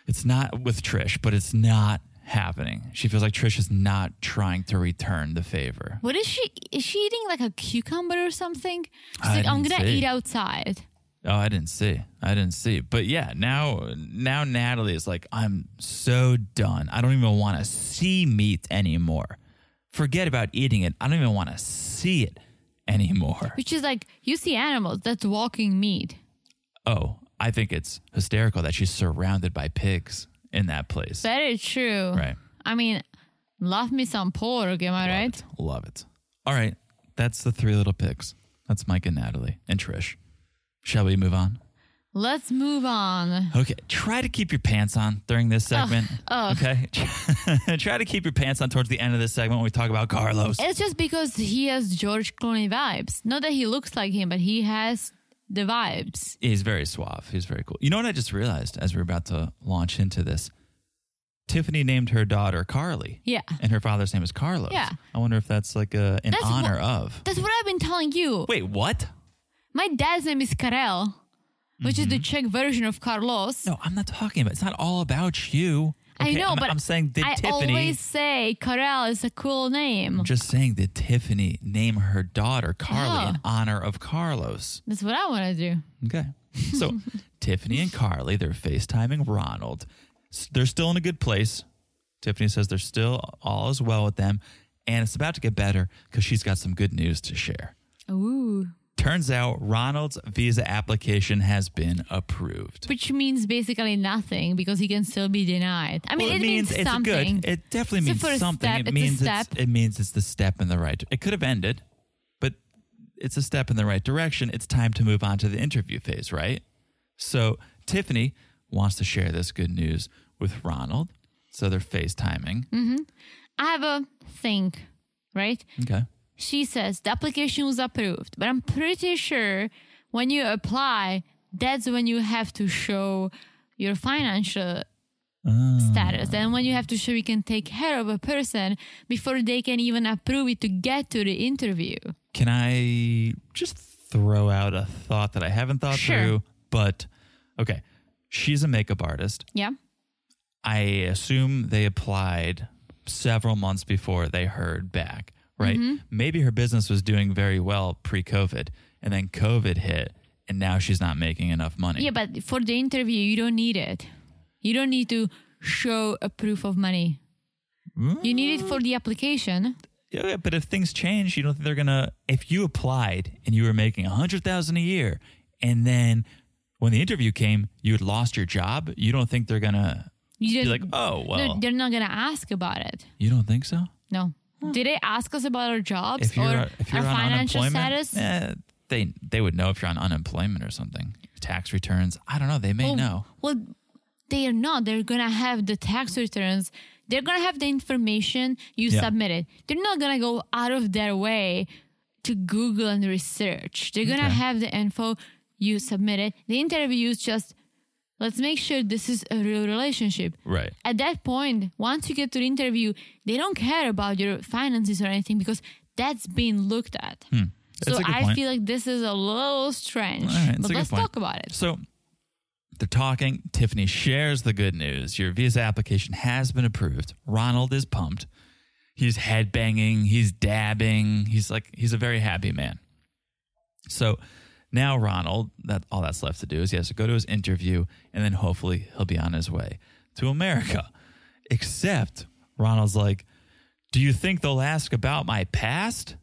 it's not with Trish, but it's not happening. She feels like Trish is not trying to return the favor.
What is she? Is she eating like a cucumber or something? She's
I
like, I'm
didn't
gonna
see.
eat outside.
Oh, I didn't see. I didn't see. But yeah, now now Natalie is like, I'm so done. I don't even want to see meat anymore. Forget about eating it. I don't even want to see it anymore.
Which is like you see animals that's walking meat.
Oh, I think it's hysterical that she's surrounded by pigs in that place.
That is true.
Right.
I mean, love me some pork, am I
Love
right?
it. Love it. All right. That's the three little pigs. That's Mike and Natalie and Trish. Shall we move on?
Let's move on.
Okay. Try to keep your pants on during this segment.
ugh.
Okay. Try to keep your pants on towards the end of this segment when we talk about Carlos.
It's just because he has George Clooney vibes. Not that he looks like him, but he has the vibes.
He's very suave. He's very cool. You know what I just realized as we we're about to launch into this? Tiffany named her daughter Carly.
Yeah.
And her father's name is Carlos.
Yeah.
I wonder if that's like a, in
That's wha-
honor of.
That's what I've been telling you.
Wait, what?
My dad's name is Karel, which is the Czech version of Carlos.
Mm-hmm. No, I'm not talking about. It's not all about you.
I
Okay,
know,
I'm,
but
I'm saying did
I
Tiffany?
always say Karel is a cool name.
I'm just saying did Tiffany name her daughter Carly
Oh.
in honor of Carlos?
That's what I want to do.
Okay, so Tiffany and Carly they're FaceTiming Ronald. S- They're still in a good place. Tiffany says they're still all is well with them, and it's about to get better because she's got some good news to share.
Ooh.
Turns out Ronald's visa application has been approved.
Which means basically nothing because he can still be denied. I mean,
Well,
it, means,
it's
something.
good. It definitely
It's the
means
first
something.
step.
It
It's a
means
step.
It's, it means it's the step in the right. It could have ended, but it's a step in the right direction. It's time to move on to the interview phase, right? So Tiffany wants to share this good news with Ronald. So they're FaceTiming.
Mm. I have a thing, right?
Okay.
She says the application was approved, but I'm pretty sure when you apply, that's when you have to show your financial
Ah.
status and when you have to show you can take care of a person before they can even approve it to get to the interview.
Can I just throw out a thought that I haven't thought
Sure.
through? But okay. She's a makeup artist.
Yeah.
I assume they applied several months before they heard back, right?
Mm-hmm.
Maybe her business was doing very well pre COVID and then COVID hit and now she's not making enough money.
Yeah, but for the interview, you don't need it. You don't need to show a proof of money. You need it for the application.
Yeah, yeah, but if things change, you don't think they're gonna. If you applied and you were making a hundred thousand a year, and then when the interview came, you had lost your job, you don't think they're gonna
You
be
don't,
like, "Oh
no,
well."
they're not gonna ask about it.
You don't think so?
No. Did they ask us about our jobs
If you're
or
if you're
our
on
financial
unemployment,
status?
eh, they they would know if you're on unemployment or something, tax returns. I don't know. They may
Oh,
know.
Well, they are not. They're gonna have the tax returns. They're gonna have the information you
Yeah.
submitted. They're not gonna go out of their way to Google and research. They're gonna
Okay.
have the info you submitted. The interview is just let's make sure this is a real relationship.
Right.
At that point, once you get to the interview, they don't care about your finances or anything because that's being looked at.
Hmm. That's
So
a good
I
point.
feel like this is a little strange.
All right, it's a
but
good
let's
point.
talk about it.
So they're talking. Tiffany shares the good news. Your visa application has been approved. Ronald is pumped. He's headbanging. He's dabbing. He's like he's a very happy man. So now Ronald, that all that's left to do is he has to go to his interview and then hopefully he'll be on his way to America. Except Ronald's like, "Do you think they'll ask about my past?"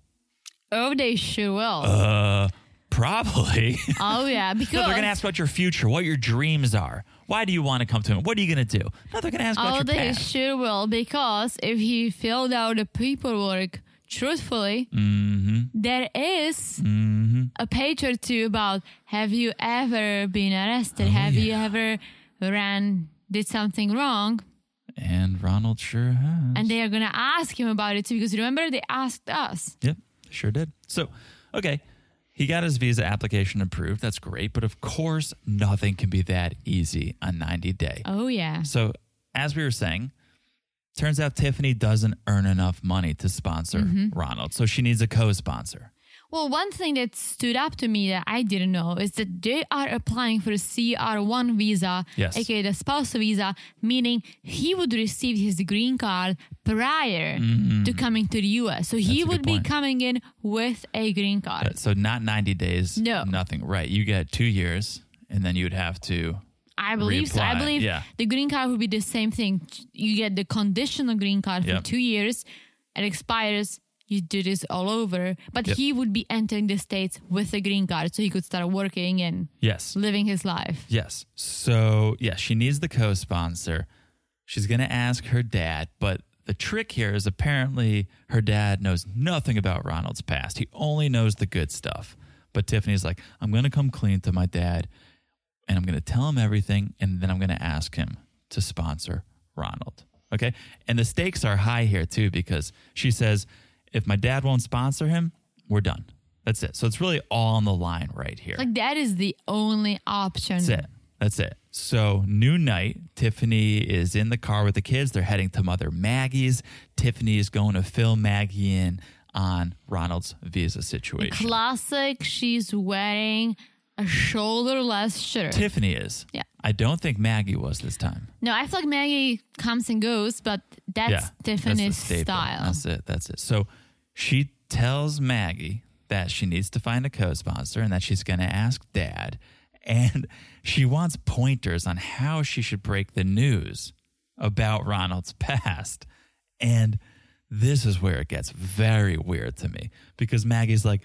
Oh, they sure will.
Uh, probably.
oh yeah, because
No, they're going to ask about your future, what your dreams are. Why do you want to come to him? What are you going to do? No, they're going to ask about
oh
your
they
past.
sure will. Because if he filled out the paperwork truthfully,
Mm-hmm.
there is a page or two about have you ever been
Oh,
arrested? have you ever ran? Did something wrong?
and Ronald sure has.
And they are gonna ask him about it too. Because remember, they asked us.
Yep, sure did. So, okay, he got his visa application approved. That's great. But of course, nothing can be that easy on 90 day.
Oh yeah.
So, as we were saying, turns out Tiffany doesn't earn enough money to sponsor Ronald. So she needs a co sponsor.
Well, one thing that stood up to me that I didn't know is that they are applying for a CR1 visa,
Yes.
aka the spouse visa, meaning he would receive his green card prior to coming to the US. So
Mm-hmm. That's a
he
good
would be
point.
coming in with a green card.
So, not 90 days.
No.
Nothing. Right. You get two years, and then you would have to
I believe so. I
reapply,
believe
yeah.
the green card would be the same thing. You get the conditional green card
Yep.
for two years, it expires, you do this all over. But
Yep.
he would be entering the States with a green card so he could start working and
Yes.
living his life.
Yes. So, yeah, she needs the co sponsor. She's going to ask her dad. But the trick here is apparently her dad knows nothing about Ronald's past. He only knows the good stuff. But Tiffany's like, I'm going to come clean to my dad and I'm going to tell him everything. And then I'm going to ask him to sponsor Ronald. Okay. And the stakes are high here, too, because she says, if my dad won't sponsor him, we're done. That's it. So it's really all on the line right here.
Like that is the only option.
That's it. That's it. So, new night. Tiffany is in the car with the kids. They're heading to Mother Maggie's. Tiffany is going to fill Maggie in on Ronald's visa situation.
Classic. She's wearing a shoulderless shirt.
Tiffany is.
Yeah.
I don't think Maggie was this time.
no, I feel like Maggie comes and goes, but that's
that's the
Tiffany's
staple.
style.
That's it. That's it. So she tells Maggie that she needs to find a co sponsor and that she's going to ask dad. And she wants pointers on how she should break the news about Ronald's past. And this is where it gets very weird to me because Maggie's like,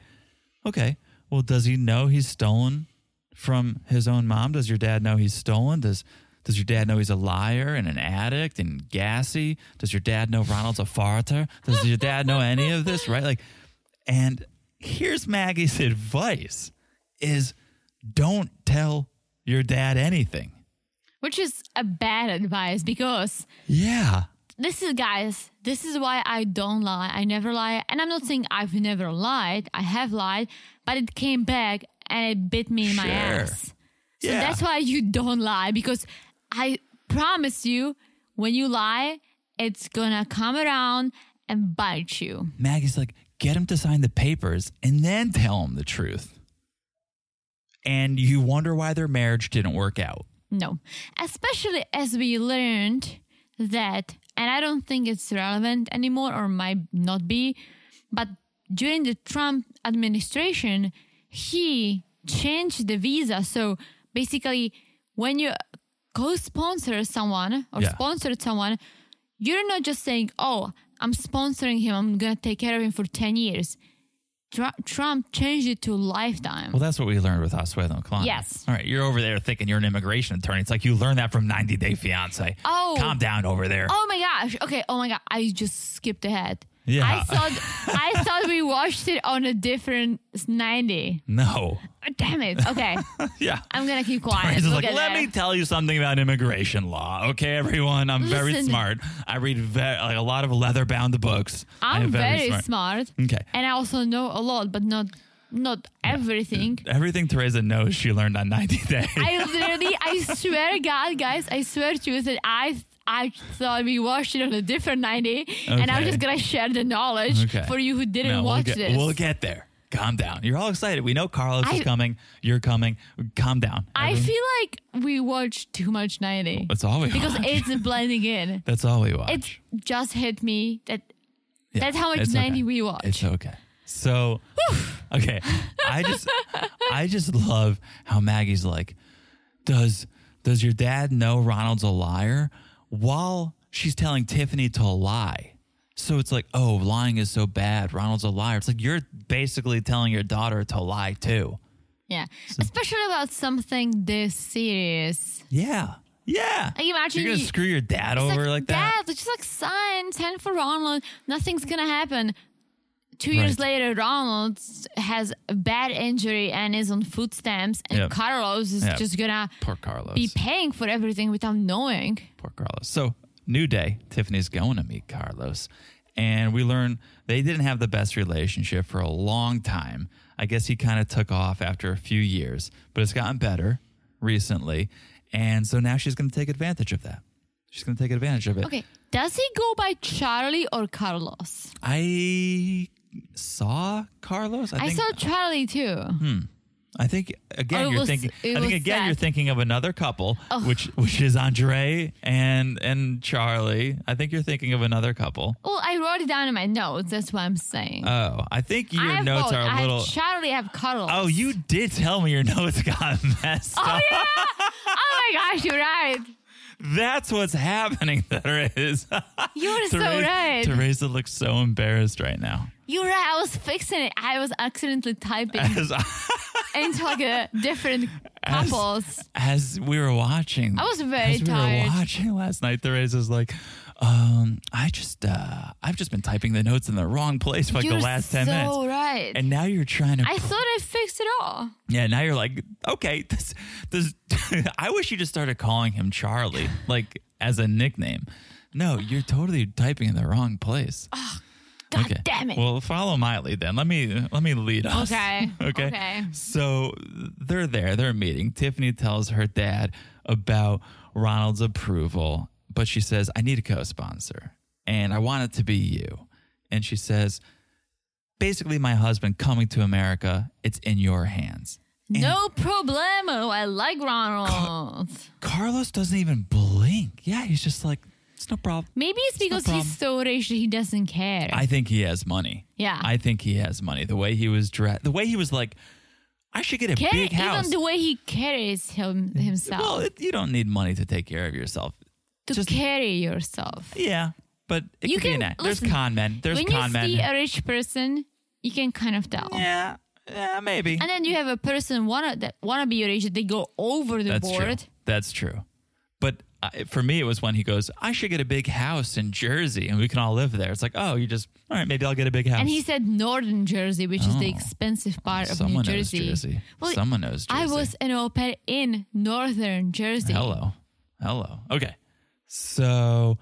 okay, well, does he know he's stolen from his own mom? Does your dad know he's stolen? Does does your dad know he's a liar and an addict and gassy? Does your dad know Ronald's a farter? Does your dad know any of this? Right? Like, and here's Maggie's advice is don't tell your dad anything.
which is a bad advice because
Yeah.
this is guys this is why i don't lie i never lie and i'm not saying i've never lied i have lied but it came back and it bit me in my
Sure.
ass so
Yeah.
that's why you don't lie because i promise you when you lie it's gonna come around and bite you
Maggie's like, get him to sign the papers and then tell him the truth. And you wonder why their marriage didn't work out.
No. Especially as we learned that, and I don't think it's relevant anymore or might not be, but during the Trump administration, he changed the visa. So basically, when you co sponsor someone or
Yeah.
sponsored someone, you're not just saying, oh, I'm sponsoring him, I'm going to take care of him for 10 years. Tru- Trump changed it to lifetime.
Well, that's what we learned with Oswego and Klein.
Yes.
All right, you're over there thinking you're an immigration attorney. It's like you learned that from 90 Day Fiance.
Oh.
Calm down over there.
Oh my gosh. Okay. Oh my god. I just skipped ahead.
Yeah.
I thought I thought we watched it on a different 90.
No.
Damn it. Okay.
Yeah.
I'm gonna keep quiet.
He's just
We'll
like,
get
let
there.
me tell you something about immigration law. Okay, everyone, I'm very
Listen.
smart. I read ve- like a lot of leather bound books. I
I'm
am
very, smart.
Okay.
And I also know a lot, but not not everything.
Everything Teresa knows, she learned on 90 Day.
I literally, I swear to God, guys, I swear to you that I I thought we watched it on a different 90, and I'm
Okay.
just gonna share the knowledge
Okay.
for you who didn't
No,
watch
we'll get,
this.
We'll get there. Calm down. You're all excited. We know Carlos is
I-
coming. You're coming. Calm down.
I
Everyone-
feel like we watched too much 90.
That's all we
because
watch.
it's blending in.
That's all we watch.
It just hit me that
Yeah,
that's how much
it's
90
okay.
we watch.
It's okay. So, okay, I just, I just love how Maggie's like, does does your dad know Ronald's a liar? While she's telling Tiffany to lie, so it's like, oh, lying is so bad. Ronald's a liar. It's like you're basically telling your daughter to lie too.
yeah, especially about something this serious.
Yeah, yeah.
Like, imagine
you're gonna
you-
screw your dad
It's
over like, that.
Dad, it's just like sign, sign for Ronald. Nothing's gonna happen. Two years
Right.
later, Ronald has a bad injury and is on food stamps, and
Yep.
Carlos is
Yep.
just gonna
Poor Carlos.
be paying for everything without knowing.
Poor Carlos. So, new day. Tiffany's going to meet Carlos. And we learn they didn't have the best relationship for a long time. I guess he kind of took off after a few years, but it's gotten better recently. And so now she's going to take advantage of that. She's going to take advantage of it.
Okay, does he go by Charlie or Carlos?
I saw Carlos. I,
I,
think, Hmm.
saw Charlie too.
I think again
Oh, it
you're
was-
thinking.
it
I think
was Oh.
again
that.
you're thinking of another couple, which which is Andre and and Charlie. I think you're thinking of another couple.
Well, I wrote it down in my notes. That's what I'm saying.
Oh, I think your
I have
notes
both.
are
I
a little.
have Charlie, I have Cuddles.
Oh, you did tell me your notes got messed up.
Oh my gosh, you're right.
That's what's happening, There is.
You're so
Teresa-
right.
Teresa looks so embarrassed right now.
You're right. I was fixing it. I was accidentally typing
As,
into like a different
As-
couples.
as we were watching,
I was very
as we
tired.
were watching last night, Theresa's like, um, I just, uh, I've just been typing the notes in the wrong place for like
You're
the last 10
so
minutes.
right.
And now you're trying to
I thought I fixed it all.
Yeah, now you're like, okay, this, this. I wish you just started calling him Charlie, like as a nickname. No, you're totally typing in the wrong place.
God Ah, damn it.
Well, follow my lead then. Let me let me lead us.
Okay,
okay.
okay.
So they're there. They're meeting. Tiffany tells her dad about Ronald's approval, but she says, "I need a co-sponsor, and I want it to be you." And she says, "Basically, my husband coming to America. It's in your hands."
no problemo. I like Ronald.
Carlos doesn't even blink. Yeah, he's just like, it's no problem.
Maybe it's
no
because he's so rich that he doesn't care.
I think he has money.
Yeah.
I think he has money. The way he was dressed, the way he was like, I should get a
Care-
big house.
Even the way he carries him himself.
well, it, you don't need money to take care of yourself.
to
just-
carry yourself.
Yeah, but it
You
could be
can-
an act. There's
listen,
con men. There's
when
con
you
men.
see a rich person, you can kind of tell.
yeah, yeah, maybe.
And then you have a person wanna that wanna be your age that they go over the
That's
board.
true. That's true. But uh, for me, it was when he goes, I should get a big house in Jersey and we can all live there. It's like, oh, you just, all right, maybe I'll get a big house.
And he said Northern Jersey, which is the expensive part of New
Oh. Someone knows
Jersey.
Jersey.
Well,
Someone knows Jersey.
I was an au pair in Northern Jersey.
Hello. Hello. Okay. So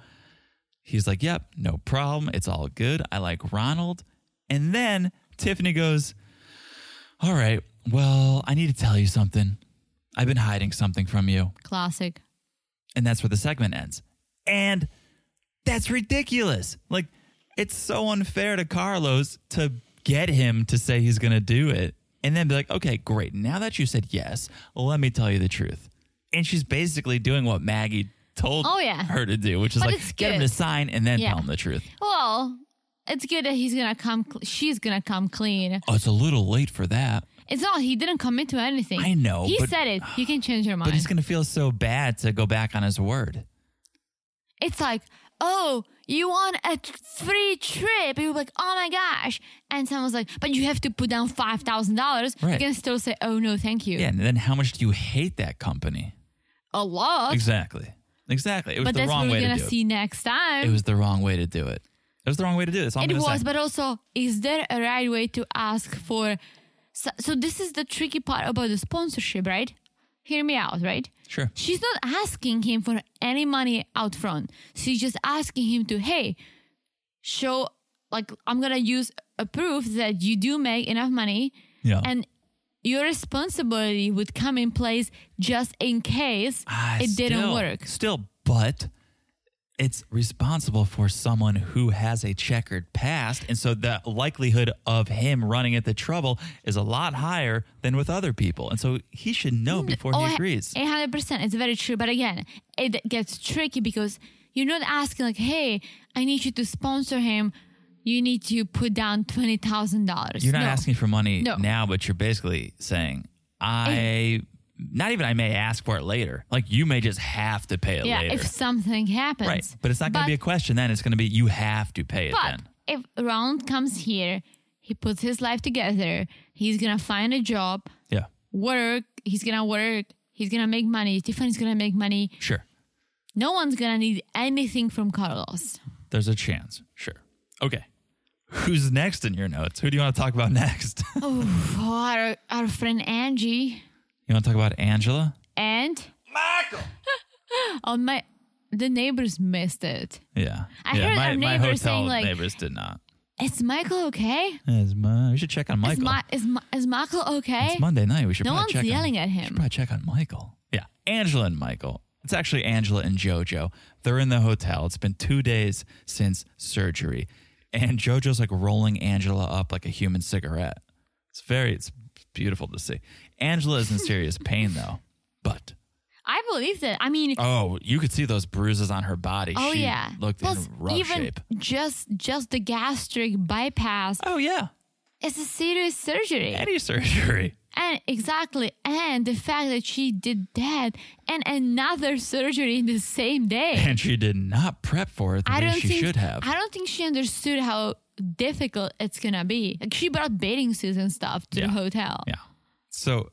he's like, yep, no problem. It's all good. I like Ronald. And then Tiffany goes, all right, well, I need to tell you something. I've been hiding something from you.
Classic.
And that's where the segment ends. And that's ridiculous. Like, it's so unfair to Carlos to get him to say he's going to do it and then be like, okay, great. Now that you said yes, let me tell you the truth. And she's basically doing what Maggie told
Oh, yeah.
her to do, which is
But it's
like, get him
good.
to sign and then
Yeah.
tell him the truth.
Well, it's good that he's gonna come. Cl- she's gonna come clean.
Oh, it's a little late for that.
It's not. He didn't commit to anything.
I know,
He
but-
said it. You can change your
But
mind.
he's going to feel so bad to go back on his word.
it's like, oh, you want a t- free trip? You're like, oh my gosh. And someone's like, but you have to put down five thousand dollars. You
Right.
can still say, oh no, thank you.
Yeah. And then how much do you hate that company?
A lot.
Exactly. Exactly. It was
But
the
that's
wrong
what
way to
we're gonna
do it.
see next time.
It was the wrong way to do it. It was the wrong way to do it. That's all I'm
It
gonna
was,
say.
but also, is there a right way to ask for? So, so this is the tricky part about the sponsorship, right? Hear me out, right?
sure.
She's not asking him for any money out front. She's just asking him to, hey, show like I'm gonna use a proof that you do make enough money,
Yeah.
and your responsibility would come in place just in case
Ah,
it didn't
still-
work.
Still, but it's responsible for someone who has a checkered past, and so the likelihood of him running into trouble is a lot higher than with other people, and so he should know before he agrees.
Eight Oh, hundred percent. It's very true. But again, it gets tricky because you're not asking like, "Hey, I need you to sponsor him. You need to put down twenty thousand dollars."
You're not asking for money
No.
now, but you're basically saying, "I." Not even I may ask for it later. Like you may just have to pay it
Yeah,
later.
if something happens,
Right. But it's not going to
But-
be a question then. It's going to be you have to pay it
But
then.
if Ronald comes here, he puts his life together. He's gonna find a job,
Yeah.
work. He's gonna work. He's gonna make money. Tiffany's gonna make money.
Sure.
No one's gonna need anything from Carlos.
There's a chance. Sure. Okay. Who's next in your notes? Who do you want to talk about next? you
Oh, our, our friend Angie
want to talk about Angela?
and
Michael.
Oh my! The neighbors missed it.
Yeah.
I
yeah,
heard
my,
our
my hotel
neighbors saying, like-
neighbors did not.
Is Michael okay?
Is my, we should check on
Is,
Michael.
Ma- is, Ma- is Michael okay?
it's Monday night. We should
Eh, No
probably
one's
check
yelling
on,
at
We
him.
should probably check on Michael. Yeah. Angela and Michael. It's actually Angela and JoJo. They're in the hotel. It's been two days since surgery. And JoJo's like rolling Angela up like a human cigarette. It's very, it's beautiful to see. Angela is in serious pain though. But,
I believe that. I mean, oh,
oh, you could see those bruises on her body. she
yeah.
Looked
Plus,
in rough
even
shape.
just just the gastric bypass
Oh, yeah.
is a serious surgery.
Any surgery.
And exactly, and the fact that she did that and another surgery in the same day.
And she did not prep for it the
Eh. I
way
don't
she
think
should have.
I don't think she understood how difficult it's gonna be. Like she brought bathing suits and stuff to
Yeah.
the hotel.
Yeah. So,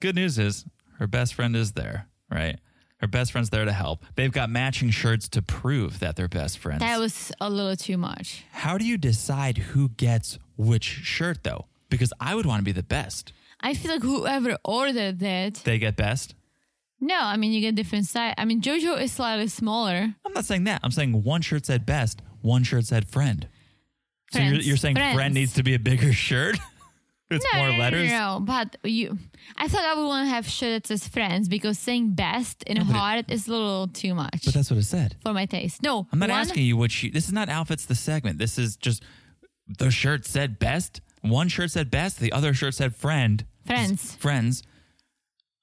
good news is her best friend is there, right? Her best friend's there to help. They've got matching shirts to prove that they're best friends.
That was a little too much.
How do you decide who gets which shirt, though? Because I would want to be the best.
I feel like whoever ordered that.
They get best.
No, I mean you get different size. I mean Jojo is slightly smaller.
I'm not saying that. I'm saying one shirt said best, one shirt said friend. So you're,
Friends.
you're saying friend
Friends.
needs to be a bigger shirt? it's
No,
more
no, no,
letters?
No, no, no, but you. I thought I would want to have shirt that says friends because saying best in
but it-
heart is a little too much
But that's what it said.
for my taste. No,
I'm not
one-
asking you what you. This is not outfits the segment. This is just the shirt said best. One shirt said best. The other shirt said friend.
Friends.
Friends.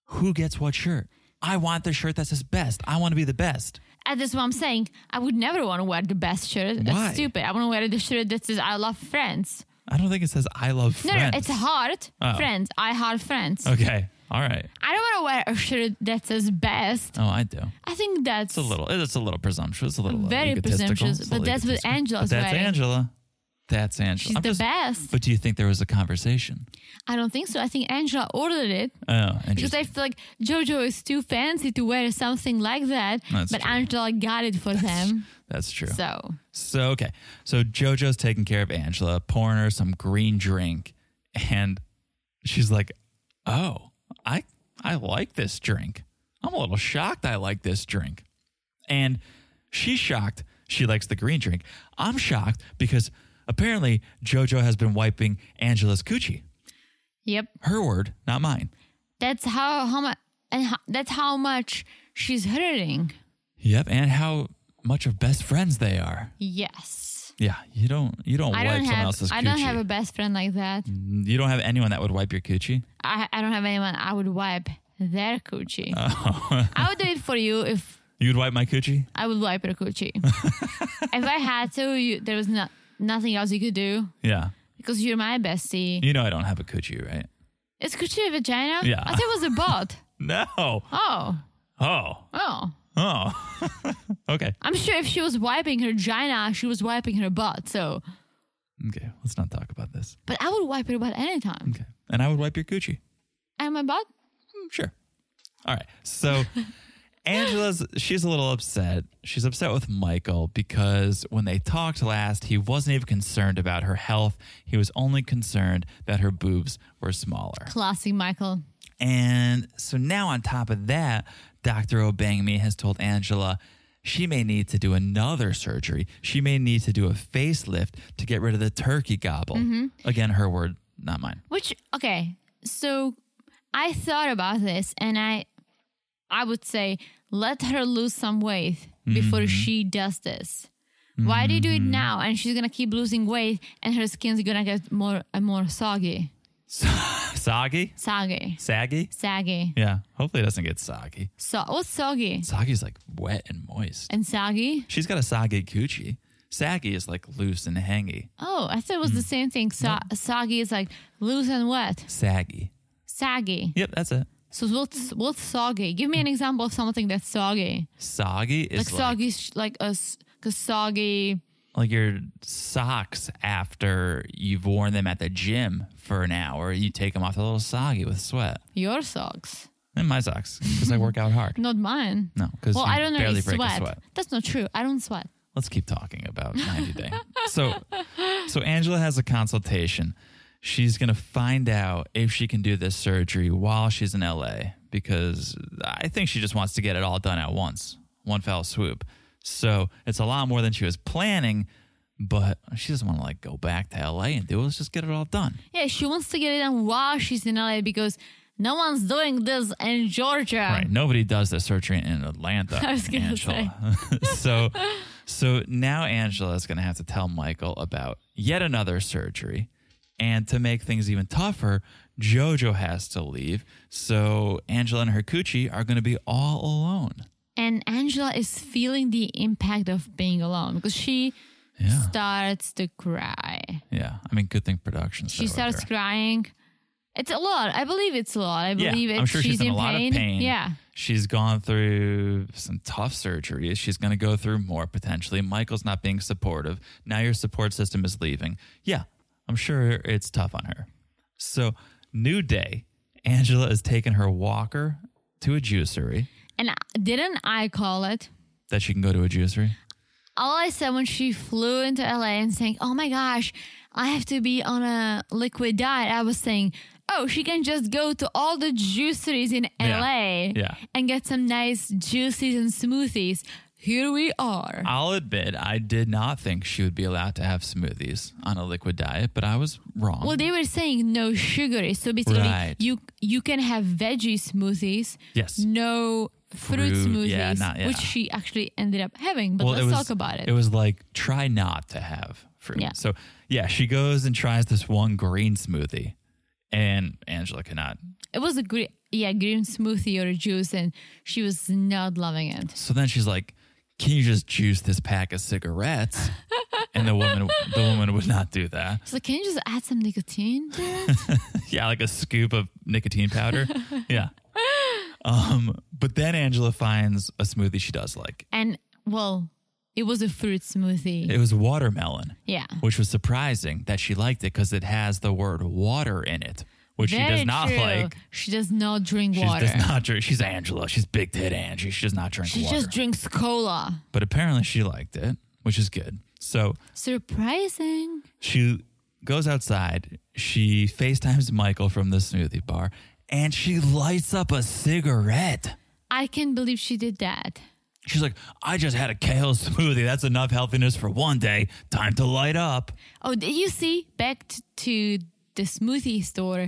Who gets what shirt? I want the shirt that says best. I want to be the best.
And that's what I'm saying. I would never want to wear the best shirt.
Why?
That's stupid. I want to wear the shirt that says I love friends.
I don't think it says I love
No,
friends.
no, it's heart.
Oh.
Friends. I heart friends.
okay. All right.
I don't want to wear a shirt that says best.
Oh, I do.
I think that's
It's a little. It's a little presumptuous. A little uh,
Very
egotistical.
presumptuous,
It's a
but
little
that's what
egotistical.
Angela's
But That's
wearing.
Angela. That's Angela.
She's
I'm
the
just-
best.
But do you think there was a conversation?
I don't think so. I think Angela ordered it
Oh,
because
interesting.
I feel like JoJo is too fancy to wear something like that.
That's
but
true.
Angela got it for them.
That's true.
So
So okay, so JoJo's taking care of Angela, pouring her some green drink, and she's like, "Oh, I I like this drink. I'm a little shocked. I like this drink." And she's shocked. She likes the green drink. I'm shocked because apparently JoJo has been wiping Angela's coochie.
yep,
Her word, not mine.
that's how how much and how, that's how much she's hurting.
Yep, and how much of best friends they are.
Yes.
Yeah, you don't you don't wipe
I don't
someone
have
else's coochie. Mm.
I don't have a best friend like that.
you don't have anyone that would wipe your coochie.
I, I don't have anyone I would wipe their coochie.
Oh.
I would do it for you if
You'd wipe my coochie?
I would wipe your coochie. if I had to, you, there was no, nothing else you could do
Yeah.
because you're my bestie.
You know I don't have a coochie, right?
It's coochie vagina?
Yeah.
I thought it was a bot.
No.
Oh,
Oh.
oh.
Oh. okay.
I'm sure if she was wiping her vagina, she was wiping her butt. So,
Okay. Let's not talk about this.
but I would wipe her butt anytime.
Okay. And I would wipe your coochie.
And my butt?
Mm, Sure. All right. So Angela's she's a little upset. She's upset with Michael because when they talked last, he wasn't even concerned about her health. He was only concerned that her boobs were smaller.
Classy, Michael.
And so now, on top of that, Dr. Obangme has told Angela she may need to do another surgery. She may need to do a facelift to get rid of the turkey gobble.
Mm-hmm.
Again, her word, not mine.
Which okay, so I thought about this, and I, I would say let her lose some weight before she does this. Why do you do it now? And she's gonna keep losing weight, and her skin's gonna get more and more soggy,
Soggy?
soggy,
Saggy?
saggy.
Yeah, hopefully it doesn't get soggy.
So what's soggy
Soggy's like wet and moist.
and saggy?
She's got a soggy coochie. Saggy is like loose and hangy.
Oh, I thought it was the
Mm.
same thing. So- Soggy is like loose and wet,
Saggy.
saggy.
Yep, that's it.
So what's what's soggy? Give me an example of something that's soggy,
Soggy
like
is Mm. like,
soggy, sh- like a, s- like a soggy.
like your socks after you've worn them at the gym for an hour. You take them off; they're a little soggy with sweat.
Your socks,
And my socks, because I work out hard.
not mine.
No, because
Well,
you
I don't
barely
really
break a
sweat.
sweat.
That's not true. I don't sweat.
Let's keep talking about 90 Day. so, so Angela has a consultation. She's gonna find out if she can do this surgery while she's in LA because I think she just wants to get it all done at once, one fell swoop. So it's a lot more than she was planning, but she doesn't want to like go back to LA and do it. Let's just get it all done.
Yeah, she wants to get it done while she's in LA because no one's doing this in Georgia.
Right. Nobody does this surgery in Atlanta.
Um, I was gonna
Angela. so so now Angela is gonna have to tell Michael about yet another surgery. And to make things even tougher, Jojo has to leave. So Angela and her coochie are gonna be all alone.
And Angela is feeling the impact of being alone because she
Yeah.
starts to cry.
Yeah. I mean good thing productions.
She starts crying It's a lot. I believe it's a lot. I believe
yeah,
it's
I'm sure she's, in, a lot
pain.
of pain.
Yeah.
She's gone through some tough surgeries. She's going to go through more potentially. Michael's not being supportive. Now your support system is leaving. Yeah, I'm sure it's tough on her. So, new day. Angela is taking her walker to a juicery
And I- didn't I call it?
that she can go to a juicery.
All I said when she flew into LA and saying, "Oh my gosh, I have to be on a liquid diet," I was saying, "Oh, she can just go to all the juiceries in
Yeah.
LA
Yeah.
and get some nice juices and smoothies." Here we are.
I'll admit, I did not think she would be allowed to have smoothies on a liquid diet, but I was wrong.
Well, they were saying no sugary. So basically,
Right.
you you can have veggie smoothies,
yes.
no fruit,
Fruit,
smoothies,
yeah, not- yeah.
which she actually ended up having. But
Well,
let's
was,
talk about it.
It was like try not to have fruit.
Yeah.
So yeah, she goes and tries this one green smoothie, and Angela cannot.
It was a green, yeah, green smoothie or a juice, and she was not loving it.
So then she's like, "Can you just juice this pack of cigarettes?" and the woman, the woman would not do that.
She's like, "Can you just add some nicotine?" to it?"
yeah, like a scoop of nicotine powder. yeah. Um, but then Angela finds a smoothie she does like.
and well, it was a fruit smoothie.
It was watermelon,
yeah,
which was surprising that she liked it because it has the word water in it, which she does
Very
not
true.
like.
She does not drink
She
water.
does not drink. She's Angela. She's big tit Angie. She does not drink
she
water.
just drinks cola.
but apparently she liked it, which is good. So
Surprising.
she goes outside. She FaceTimes Michael from the smoothie bar and she lights up a cigarette.
I can believe she did that.
She's like, I just had a kale smoothie. That's enough healthiness for one day. Time to light up.
Oh, did you see? Back t- to the smoothie store.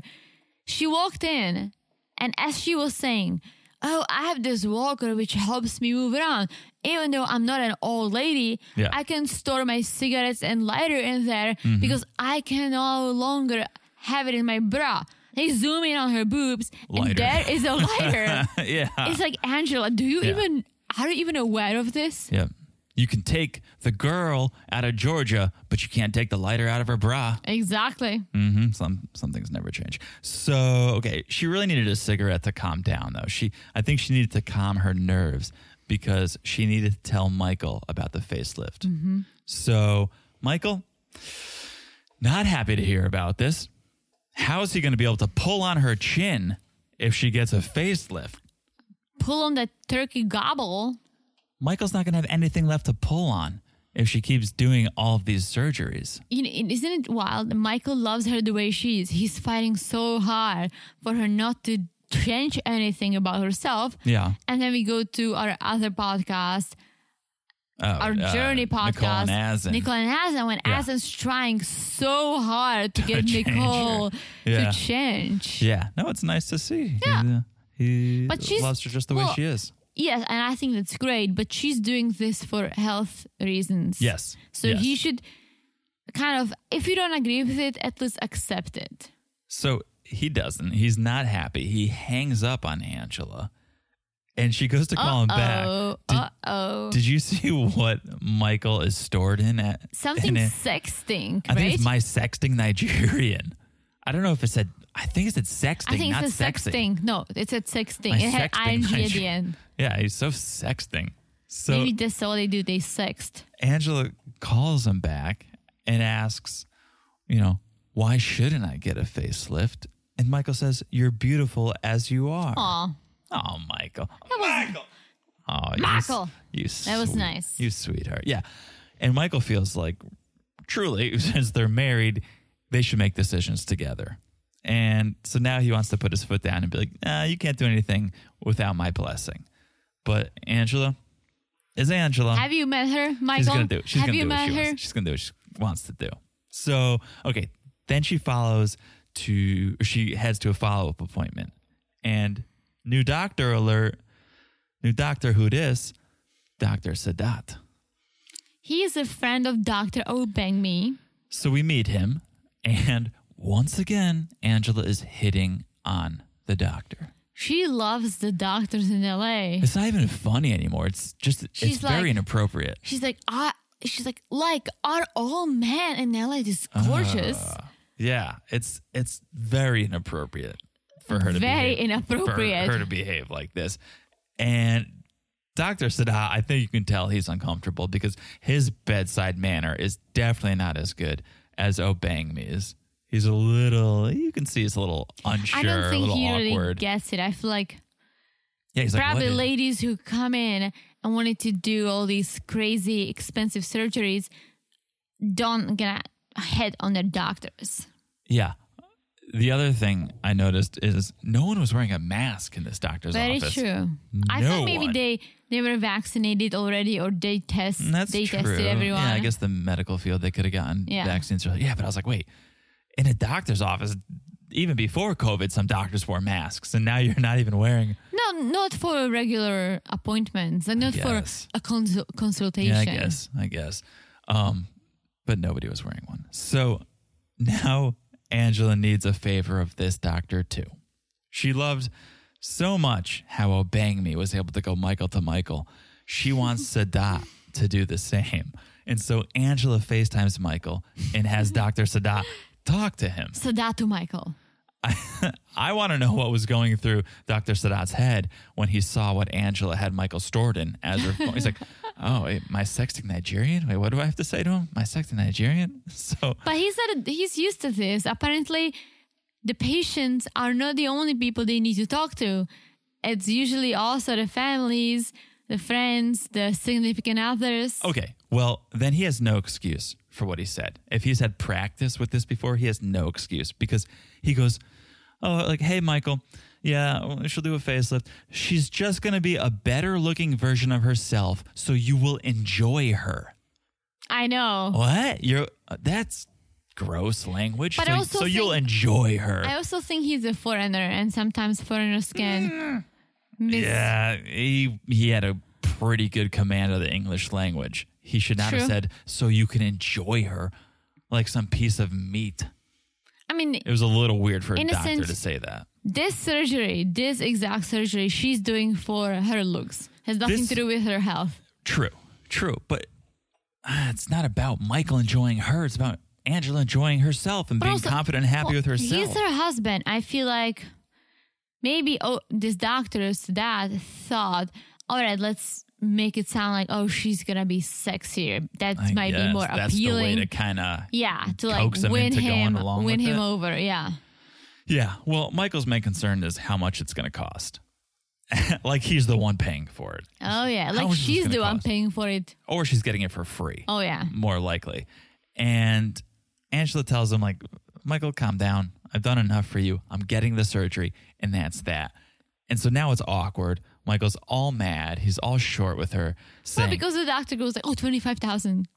She walked in, and as she was saying, Oh, I have this walker which helps me move around. Even though I'm not an old lady,
Yeah. Mm-hmm.
I can store my cigarettes and lighter in there because I can no longer have it in my bra. They zoom in on her boobs,
Lighter.
and there is a lighter.
yeah.
it's like, Angela, do you
Yeah.
even, are you even aware of this?
yeah. You can take the girl out of Georgia, but you can't take the lighter out of her bra.
Exactly.
hmm Some some things never change. So okay, she really needed a cigarette to calm down, though. She I think she needed to calm her nerves because she needed to tell Michael about the facelift.
Mm-hmm.
So Michael, not happy to hear about this. How is he going to be able to pull on her chin if she gets a facelift?
Pull on that turkey gobble.
Michael's not going to have anything left to pull on if she keeps doing all of these surgeries.
you know, isn't it wild? Michael loves her the way she is. He's fighting so hard for her not to change anything about herself.
Yeah.
And then we go to our other podcast,
Oh,
our
uh,
Journey podcast.
Nicole and Asin.
Nicole and Hazen, when
Yeah.
Asin's trying so hard to get
change her.
Nicole
Yeah.
to change.
Yeah. No, it's nice to see.
Yeah.
He, uh, he
But she's-
loves her just the way
well-
she is.
Yes, and I think that's great, but she's doing this for health reasons.
Yes.
So
yes.
he should kind of, if you don't agree with it, at least accept it.
So he doesn't. He's not happy. He hangs up on Angela and she goes to call him back.
Uh-oh, uh-oh.
Did you see what Michael is stored in at in
something
it?
sexting,
uh, I
right?
think it's my sexting Nigerian. I don't know if it said I think it said sexting,
I think
not
it's a sex
sexing.
thing. No, it's a sex thing.
My
it had
sexting
ing at the
Nigerian.
end.
Yeah, he's so sexting. So
Maybe that's all they do. They sexed.
Angela calls him back and asks, you know, why shouldn't I get a facelift? And Michael says, You're beautiful as you are.
Aw,
Oh, Michael.
was-
Michael. Oh,
Michael.
You, you
That was
sweet-
nice.
You sweetheart. Yeah. And Michael feels like, truly, since they're married, they should make decisions together. And so now he wants to put his foot down and be like, nah, you can't do anything without my blessing. But Angela is Angela.
have you met her, Michael?
Oh. She's gonna do. It. She's
have
gonna
you
do what
met
she
her?
wants. She's gonna do what she wants to do. So okay, then she follows to. She heads to a follow up appointment, and new doctor alert. New doctor, who dis? Doctor Sadat.
He is a friend of Doctor Obangme.
So we meet him, and once again, Angela is hitting on the doctor.
She loves the doctors in L.A.
It's not even funny anymore. It's just it's
She's like-
very inappropriate.
She's like, ah. She's like, like, are all men in LA this gorgeous?
Yeah, it's it's very inappropriate for her to
Very
behave,
inappropriate.
for her to behave like this. And Dr. Sadat, I think you can tell he's uncomfortable because his bedside manner is definitely not as good as obeying me's. He's a little you can see he's a little unsure,
I don't
a
think
little
he really
awkward.
gets it. I feel like
yeah, he's
probably
like, what is-
ladies who come in and wanted to do all these crazy expensive surgeries don't gonna head on their doctors.
Yeah. The other thing I noticed is no one was wearing a mask in this doctor's
Very
office.
true. I
No
thought maybe
one. Mm,
they they were vaccinated already or they test
That's
they
true.
tested everyone.
Yeah, I guess the medical field they could have gotten
Yeah.
vaccines. early. Yeah, but I was like, wait, in a doctor's office, even before COVID, some doctors wore masks, and now you're not even wearing.
No, not for regular appointments and not for
guess.
a consul- consultation.
Yeah, I guess. I guess. Um, but nobody was wearing one. So now Angela needs a favor of this doctor too. She loved so much how obeying me was able to go Michael to Michael. She wants Sadat to do the same. And so Angela FaceTimes Michael and has Dr. Sadat talk to him.
So that to Michael.
I, I want to know what was going through Dr. Sadat's head when he saw what Angela had Michael stored in as her phone. He's like, oh, wait, my sexting Nigerian? Wait, what do I have to say to him? My sexting Nigerian? So,
But he's not, he's used to this. Apparently, the patients are not the only people they need to talk to. It's usually also the families, the friends, the significant others.
okay. Well, then he has no excuse for what he said. If he's had practice with this before, he has no excuse because he goes, oh, like, hey, Michael, yeah, she'll do a facelift. She's just going to be a better looking version of herself. So you will enjoy her.
I know.
What? You're uh, that's gross language.
But
so
I also
so you'll
think-
enjoy her.
I also think he's a foreigner, and sometimes foreigners can. miss-
yeah, he he had a pretty good command of the English language. He should not have
True.
said so you can enjoy her like some piece of meat.
I mean,
It was a little weird for a
In a
doctor
sense-
to say that.
this surgery, this exact surgery she's doing for her looks has nothing
This-
to do with her health.
True. True, but uh, it's not about Michael enjoying her. It's about Angela enjoying herself and
But
being
also-
confident and happy
Well,
with herself.
He's her husband. I feel like maybe oh, this doctor's dad thought, all right, let's make it sound like, oh, she's going to be sexier. That
I
might be
guess
more
that's the
appealing.
way to kind of
yeah, to like
coax him
win
into going
him,
along
win
with
him
it.
over. Yeah.
Yeah. Well, Michael's main concern is how much it's going to cost. like he's the one paying for it,
Oh yeah,
much
like
is this
she's
gonna
the one
cost? Mm,
paying for it.
or she's getting it for free,
Oh yeah,
more likely. And Angela tells him, like, Michael, calm down. I've done enough for you. I'm getting the surgery, and that's that. And so now it's awkward. Michael's all mad. He's all short with her, saying,
well, because the doctor goes like, oh, twenty five thousand.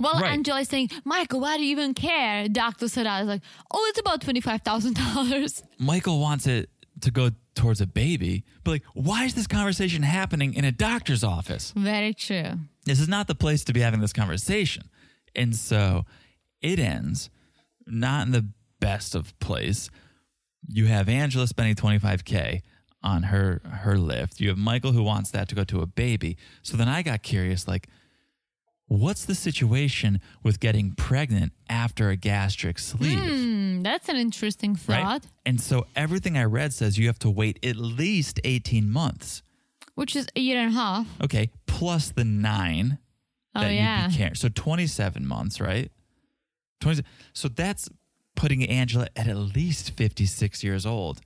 Well,
Right.
Angela is saying, Michael, why do you even care? Doctor Sarah is like, oh, it's about twenty five thousand dollars.
Michael wants it to go towards a baby, but like, why is this conversation happening in a doctor's office?
Very true.
this is not the place to be having this conversation. And so it ends not in the best of place. You have Angela spending 25k on her her lift. You have Michael who wants that to go to a baby. So then I got curious like what's the situation with getting pregnant after a gastric sleeve?
Hmm, that's an interesting
right?
thought.
And so everything I read says you have to wait at least 18 months.
Which is a year and a half.
Okay, plus the 9
Oh
that
yeah.
you'd be carrying. So 27 months, right? 20, so that's putting Angela at at least 56 years old.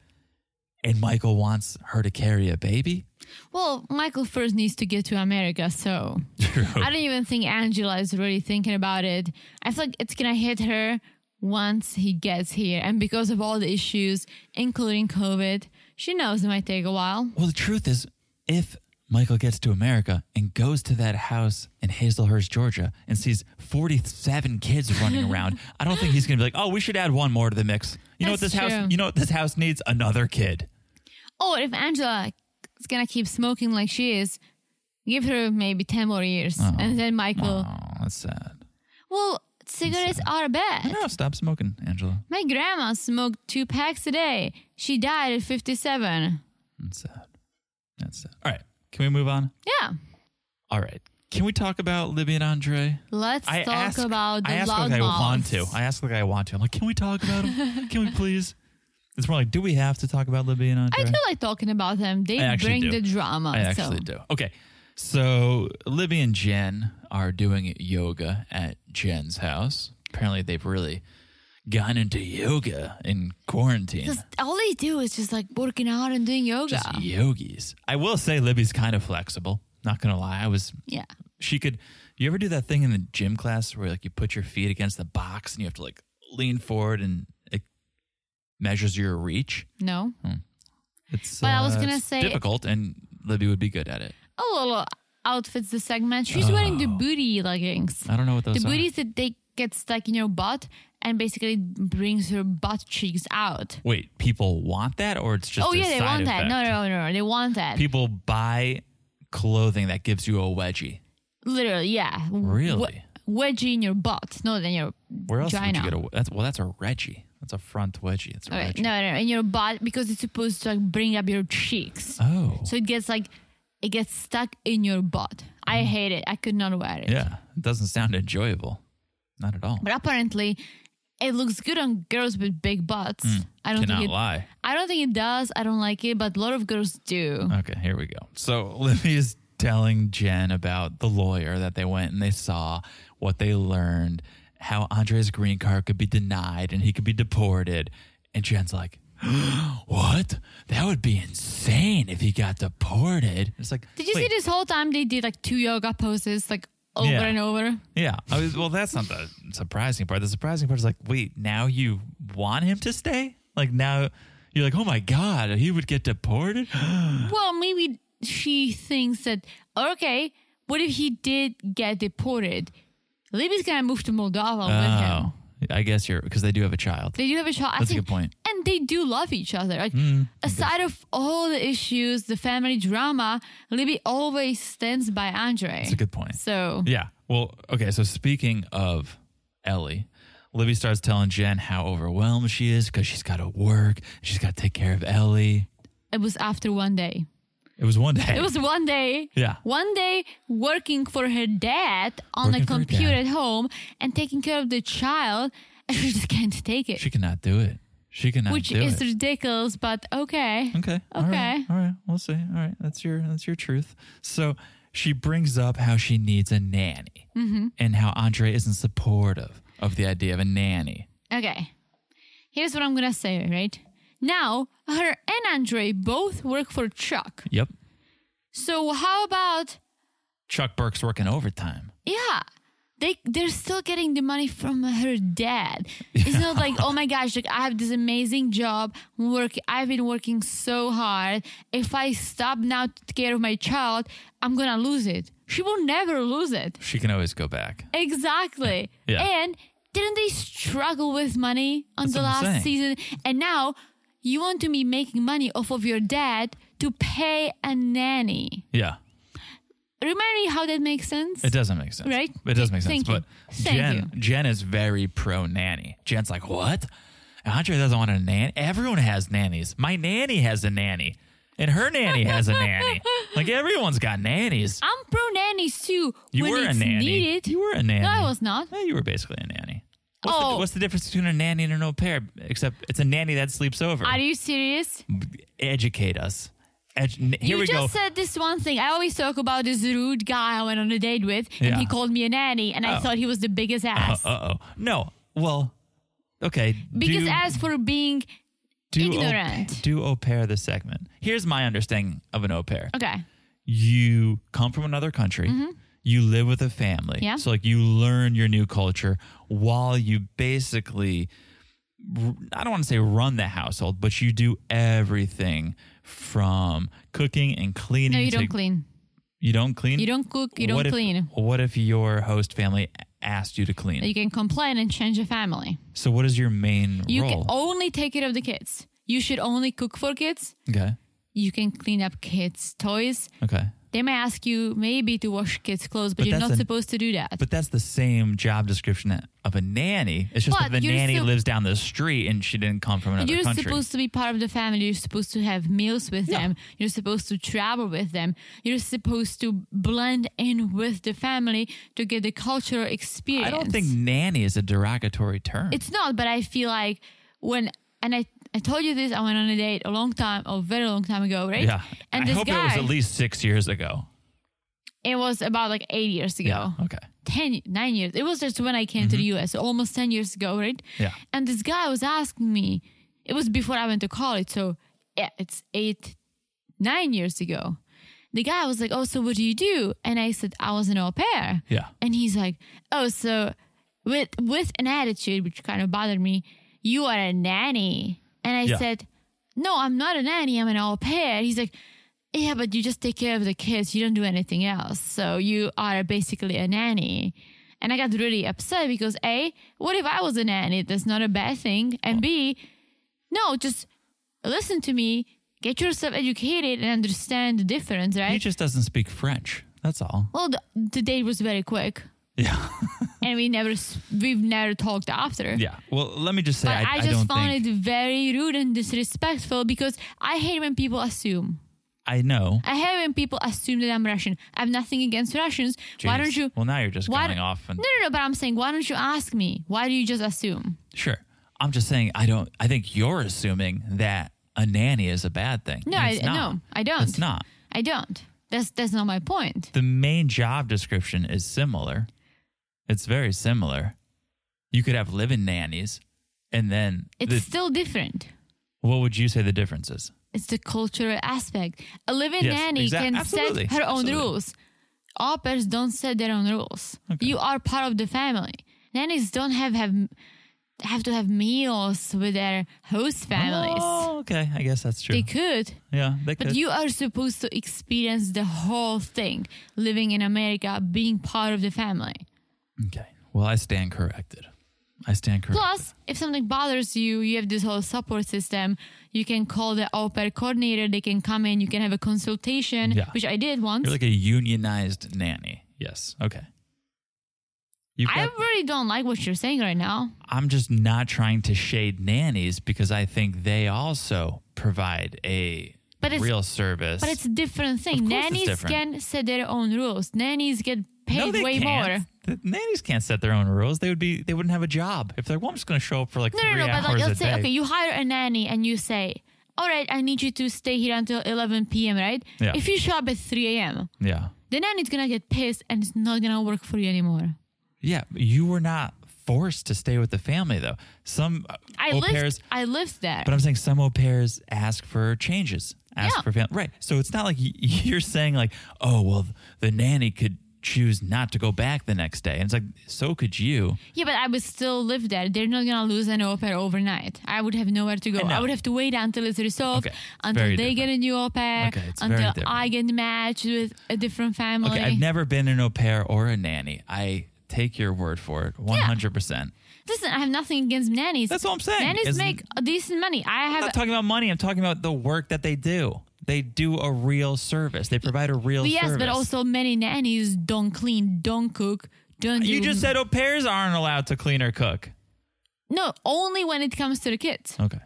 And Michael wants her to carry a baby?
Well, Michael first needs to get to America, so
True.
I don't even think Angela is really thinking about it. I feel like it's gonna hit her once he gets here, and because of all the issues, including COVID, she knows it might take a while.
Well, the truth is, if Michael gets to America and goes to that house in Hazelhurst, Georgia, and sees 47 kids running around, I don't think he's going to be like, oh, we should add one more to the mix. You know what this
That's true.
house, you know what this house needs? Another kid.
Or Oh, if Angela is gonna keep smoking like she is, give her maybe ten more years, and then Michael.
Oh, that's sad.
Well, cigarettes are bad.
No, stop smoking, Angela.
My grandma smoked two packs a day. She died at 57.
That's sad. That's sad. All right. Can we move on?
Yeah.
All right. Can we talk about Libby and Andre?
Let's
I
talk
ask,
about the
I ask like I
loudmouths.
want to. I ask like I want to. I'm like, can we talk about him? can we please? It's more like, do we have to talk about Libby and Andre?
I feel like talking about them. They
I actually
bring
do.
the drama.
I actually
so.
do. Okay. So Libby and Jen are doing yoga at Jen's house. Apparently, they've really gone into yoga in quarantine.
Just- all they do is just like working out and doing yoga.
Just yogis. I will say Libby's kind of flexible. Not gonna lie, I was.
yeah.
She could. You ever do that thing in the gym class where like you put your feet against the box and you have to like lean forward and it measures your reach?
No.
It's.
But I was
uh,
gonna
it's
say-
difficult, and Libby would be good at it.
A little outfits the segment. She's
Uh,
wearing the booty leggings.
I don't know what those
The
are.
booties that they get stuck in your butt and basically brings your butt cheeks out.
Wait, people want that, or it's just
oh
a
yeah, they
side
want that. No,
effect?
no, no, no, they want that.
People buy clothing that gives you a wedgie.
Literally, yeah.
Really?
wedgie in your butt, not in your
Where else
vagina.
would you get a? That's well, that's a reggie. That's a front wedgie. It's a
Okay,
reggie.
No, no, no, in your butt because it's supposed to like bring up your cheeks.
Oh,
So it gets like it gets stuck in your butt. I hate it. I could not wear it.
Mm. yeah. It doesn't sound enjoyable, not at all.
But apparently, it looks good on girls with big butts. I don't
Mm. Cannot
think it.
lie. Uh,
I don't think it does. I don't like it, but a lot of girls do.
Okay, here we go. So Libby is telling Jen about the lawyer that they went and they saw, what they learned, how Andre's green card could be denied and he could be deported. And Jen's like, What? That would be insane if he got deported. It's like,
Did you
wait,
see this whole time they did like two yoga poses like over
Yeah.
and over?
Yeah. I was, well, that's not the surprising part. The surprising part is like, wait, now you want him to stay? Like, now you're like, Oh my God, he would get deported? Uh.
Well, maybe she thinks that okay, what if he did get deported? Libby's gonna move to Moldova with him.
Oh, I guess you're, because they do have a child.
They do have a child. I
That's a
think-
good point. Mm,
And they do love each other. Like, aside of all the issues, the family drama, Libby always stands by Andre.
That's a good point.
so
Yeah. Well, okay. So speaking of Ellie, Libby starts telling Jen how overwhelmed she is because she's got to work. She's got to take care of Ellie.
it was after one day.
It was one day.
It was one day.
Yeah.
One day working for her dad on
Working
a
for her
computer
dad.
at home and taking care of the child. And she just can't take it,
She cannot do it. She cannot
which
do
is
it.
ridiculous, but okay.
Okay. All right.
Okay.
All right. We'll see. All right. That's your that's your truth. So she brings up how she needs a nanny
Mm-hmm.
and how Andre isn't supportive of the idea of a nanny.
Okay. Here's what I'm going to say, right? Now, her and Andre both work for Chuck.
Yep.
So how about
Chuck Burke's working overtime.
yeah? They they're still getting the money from her dad. It's not like oh my gosh, like I have this amazing job. Work I've been working so hard. If I stop now to take care of my child, I'm gonna lose it. She will never lose it.
She can always go back.
Exactly.
Yeah.
And didn't they struggle with money on
That's
the
what I'm
last
saying.
season? And now you want to be making money off of your dad to pay a nanny.
Yeah.
Remind me how that makes sense.
It doesn't make sense,
Right?
It does make sense.
Thank you.
But
Thank
Jen, Jen is very pro nanny. Jen's like, what? Andre doesn't want a nanny. Everyone has nannies. My nanny has a nanny, and her nanny has a nanny. Like everyone's got nannies.
I'm pro nannies too.
You
when
were a
it's
nanny.
Needed.
You were a nanny.
No, I was not.
Yeah, you were basically a nanny. What's, the,
Oh.
what's the difference between a nanny and an au pair? Except it's a nanny that sleeps over.
Are you serious?
Educate us. Edu- Here
you
we
just
go.
said this one thing. I always talk about this rude guy I went on a date with, and
Yeah. Oh.
he called me a nanny, and I thought he was the biggest
uh
ass.
oh. No. Well, okay.
biggest
do-
ass for being
do au-
Ignorant.
do au pair the segment. Here's my understanding of an au pair.
okay. Mm-hmm.
You come from another country. You live with a family.
Yeah.
So like you learn your new culture while you basically r- I don't want to say run the household, but you do everything from cooking and cleaning.
No, you
to-
don't clean.
You don't clean.
You don't cook. You
What
don't
if-
clean.
What if your host family asked you to clean?
You can complain and change the family.
so what is your main
You oh.
role?
can only take care of the kids. You should only cook for kids.
okay.
You can clean up kids' toys.
Okay.
They may ask you maybe to wash kids' clothes, but,
But
you're
that's
not
an-
supposed to do that.
But that's the same job description of a nanny. It's just
But
that the
you're
nanny
still-
lives down the street and she didn't come from another
you're
country.
supposed to be part of the family. You're supposed to have meals with
Yeah.
them. You're supposed to travel with them. You're supposed to blend in with the family to get the cultural experience.
I don't think nanny is a derogatory term.
it's not, but I feel like when and I I told you this. I went on a date a long time, a very long time ago, right?
yeah.
And
I
this
hope
guy,
it was at least six years ago.
it was about like eight years ago.
Okay.
10 9 years it was just when i came to
Mm-hmm.
the us so almost 10 years ago right
Yeah.
and this guy was asking me it was before i went to college so yeah it's 8 9 years ago the guy was like oh so what do you do and i said i was an au pair
Yeah.
and he's like oh so with with an attitude which kind of bothered me you are a nanny and i
Yeah.
said no i'm not a nanny i'm an au pair he's like yeah, but you just take care of the kids. You don't do anything else. So you are basically a nanny. And I got really upset because A, what if I was a nanny? That's not a bad thing. And B, no, just listen to me, get yourself educated and understand the difference,
He
right?
just doesn't speak French. That's all.
Well, the, the date was very quick.
Yeah.
And we never, s- we've never talked after.
yeah. Well, let me just say,
But
I, I
I, just
don't
found
think.
it very rude and disrespectful because I hate when people assume.
I know.
I hate when people assume that I'm Russian. I have nothing against Russians.
Jeez.
Why don't you?
Well, now you're just
why
going
don't-
off. And,
No, no, no. But I'm saying, why don't you ask me? Why do you just assume?
Sure. I'm just saying, I don't, I think you're assuming that a nanny is a bad thing.
No,
And
I,
it's not.
no, I don't.
It's not.
I don't. That's that's not my point.
the main job description is similar. It's very similar. You could have live-in nannies, and then
It's
the-
still different.
what would you say the difference is?
It's the cultural aspect. A living
Yes,
nanny
exact-
can
absolutely,
set her own
absolutely.
rules. All pairs don't set their own rules.
Okay.
You are part of the family. Nannies don't have have have to have meals with their host families.
Oh, okay. I guess that's true.
They could,
yeah, they
But
could.
you are supposed to experience the whole thing living in America, being part of the family.
okay. Well, I stand corrected. I stand corrected.
Plus, if something bothers you, you have this whole support system. You can call the au pair coordinator, they can come in, you can have a consultation,
Yeah.
which I did once.
You're like a unionized nanny. Yes. Okay. You've
I
got,
really don't like what you're saying right now.
I'm just not trying to shade nannies because I think they also provide a
But it's-
real service.
But it's a different
Of
thing.
course it's
Nannies
different.
can set their own rules. Nannies get paid
no, they
way
can't.
more.
The nannies can't set their own rules. They would be. They wouldn't have a job if they're. Well, I'm just going to show up for like
No,
three
no, no.
hours
But like,
a
let's say,
day.
okay, you hire a nanny and you say, all right, I need you to stay here until 11 p.m., right?
Yeah.
If you show up at 3 a.m.,
yeah,
the nanny's gonna get pissed and it's not gonna work for you anymore.
yeah. You were not forced to stay with the family though. Some uh,
I
au
lived,
pairs,
I lived there.
but I'm saying some au pairs ask for changes, ask
Yeah.
for family. Right. So it's not like y- you're saying like, oh well, the nanny could choose not to go back the next day, and it's like so could you.
yeah, but I would still live there. They're not gonna lose an au pair overnight. I would have nowhere to go.
I know.
I would have to wait until it's resolved,
Okay, it's
until
very
they get a new au pair,
Okay, it's very
until
different.
I get matched with a different family.
Okay, I've never been an au pair or a nanny. I take your word for it, 100. percent
Listen, I have nothing against nannies.
That's what I'm saying.
Nannies
It's-
make decent money. I
I'm
have
not talking about money. I'm talking about the work that they do. They do a real service. They provide a real
But yes,
service.
but also many nannies don't clean, don't cook, don't.
you
do,
just said au pairs aren't allowed to clean or cook.
no. Only when it comes to the kids,
Okay.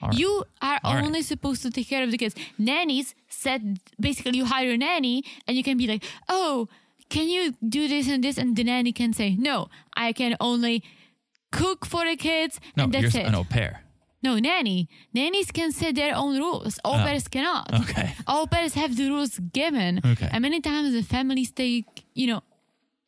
All right.
you are
All right.
only supposed to take care of the kids. Nannies said basically you hire a nanny and you can be like, oh, can you do this and this, and the nanny can say, no, I can only cook for the kids,
no,
and
you're
that's
s-
it.
an au pair.
No, nanny. Nannies can set their own rules. Au pairs cannot.
Oh. Okay.
Au pairs have the rules given.
Okay.
And many times the families take, you know,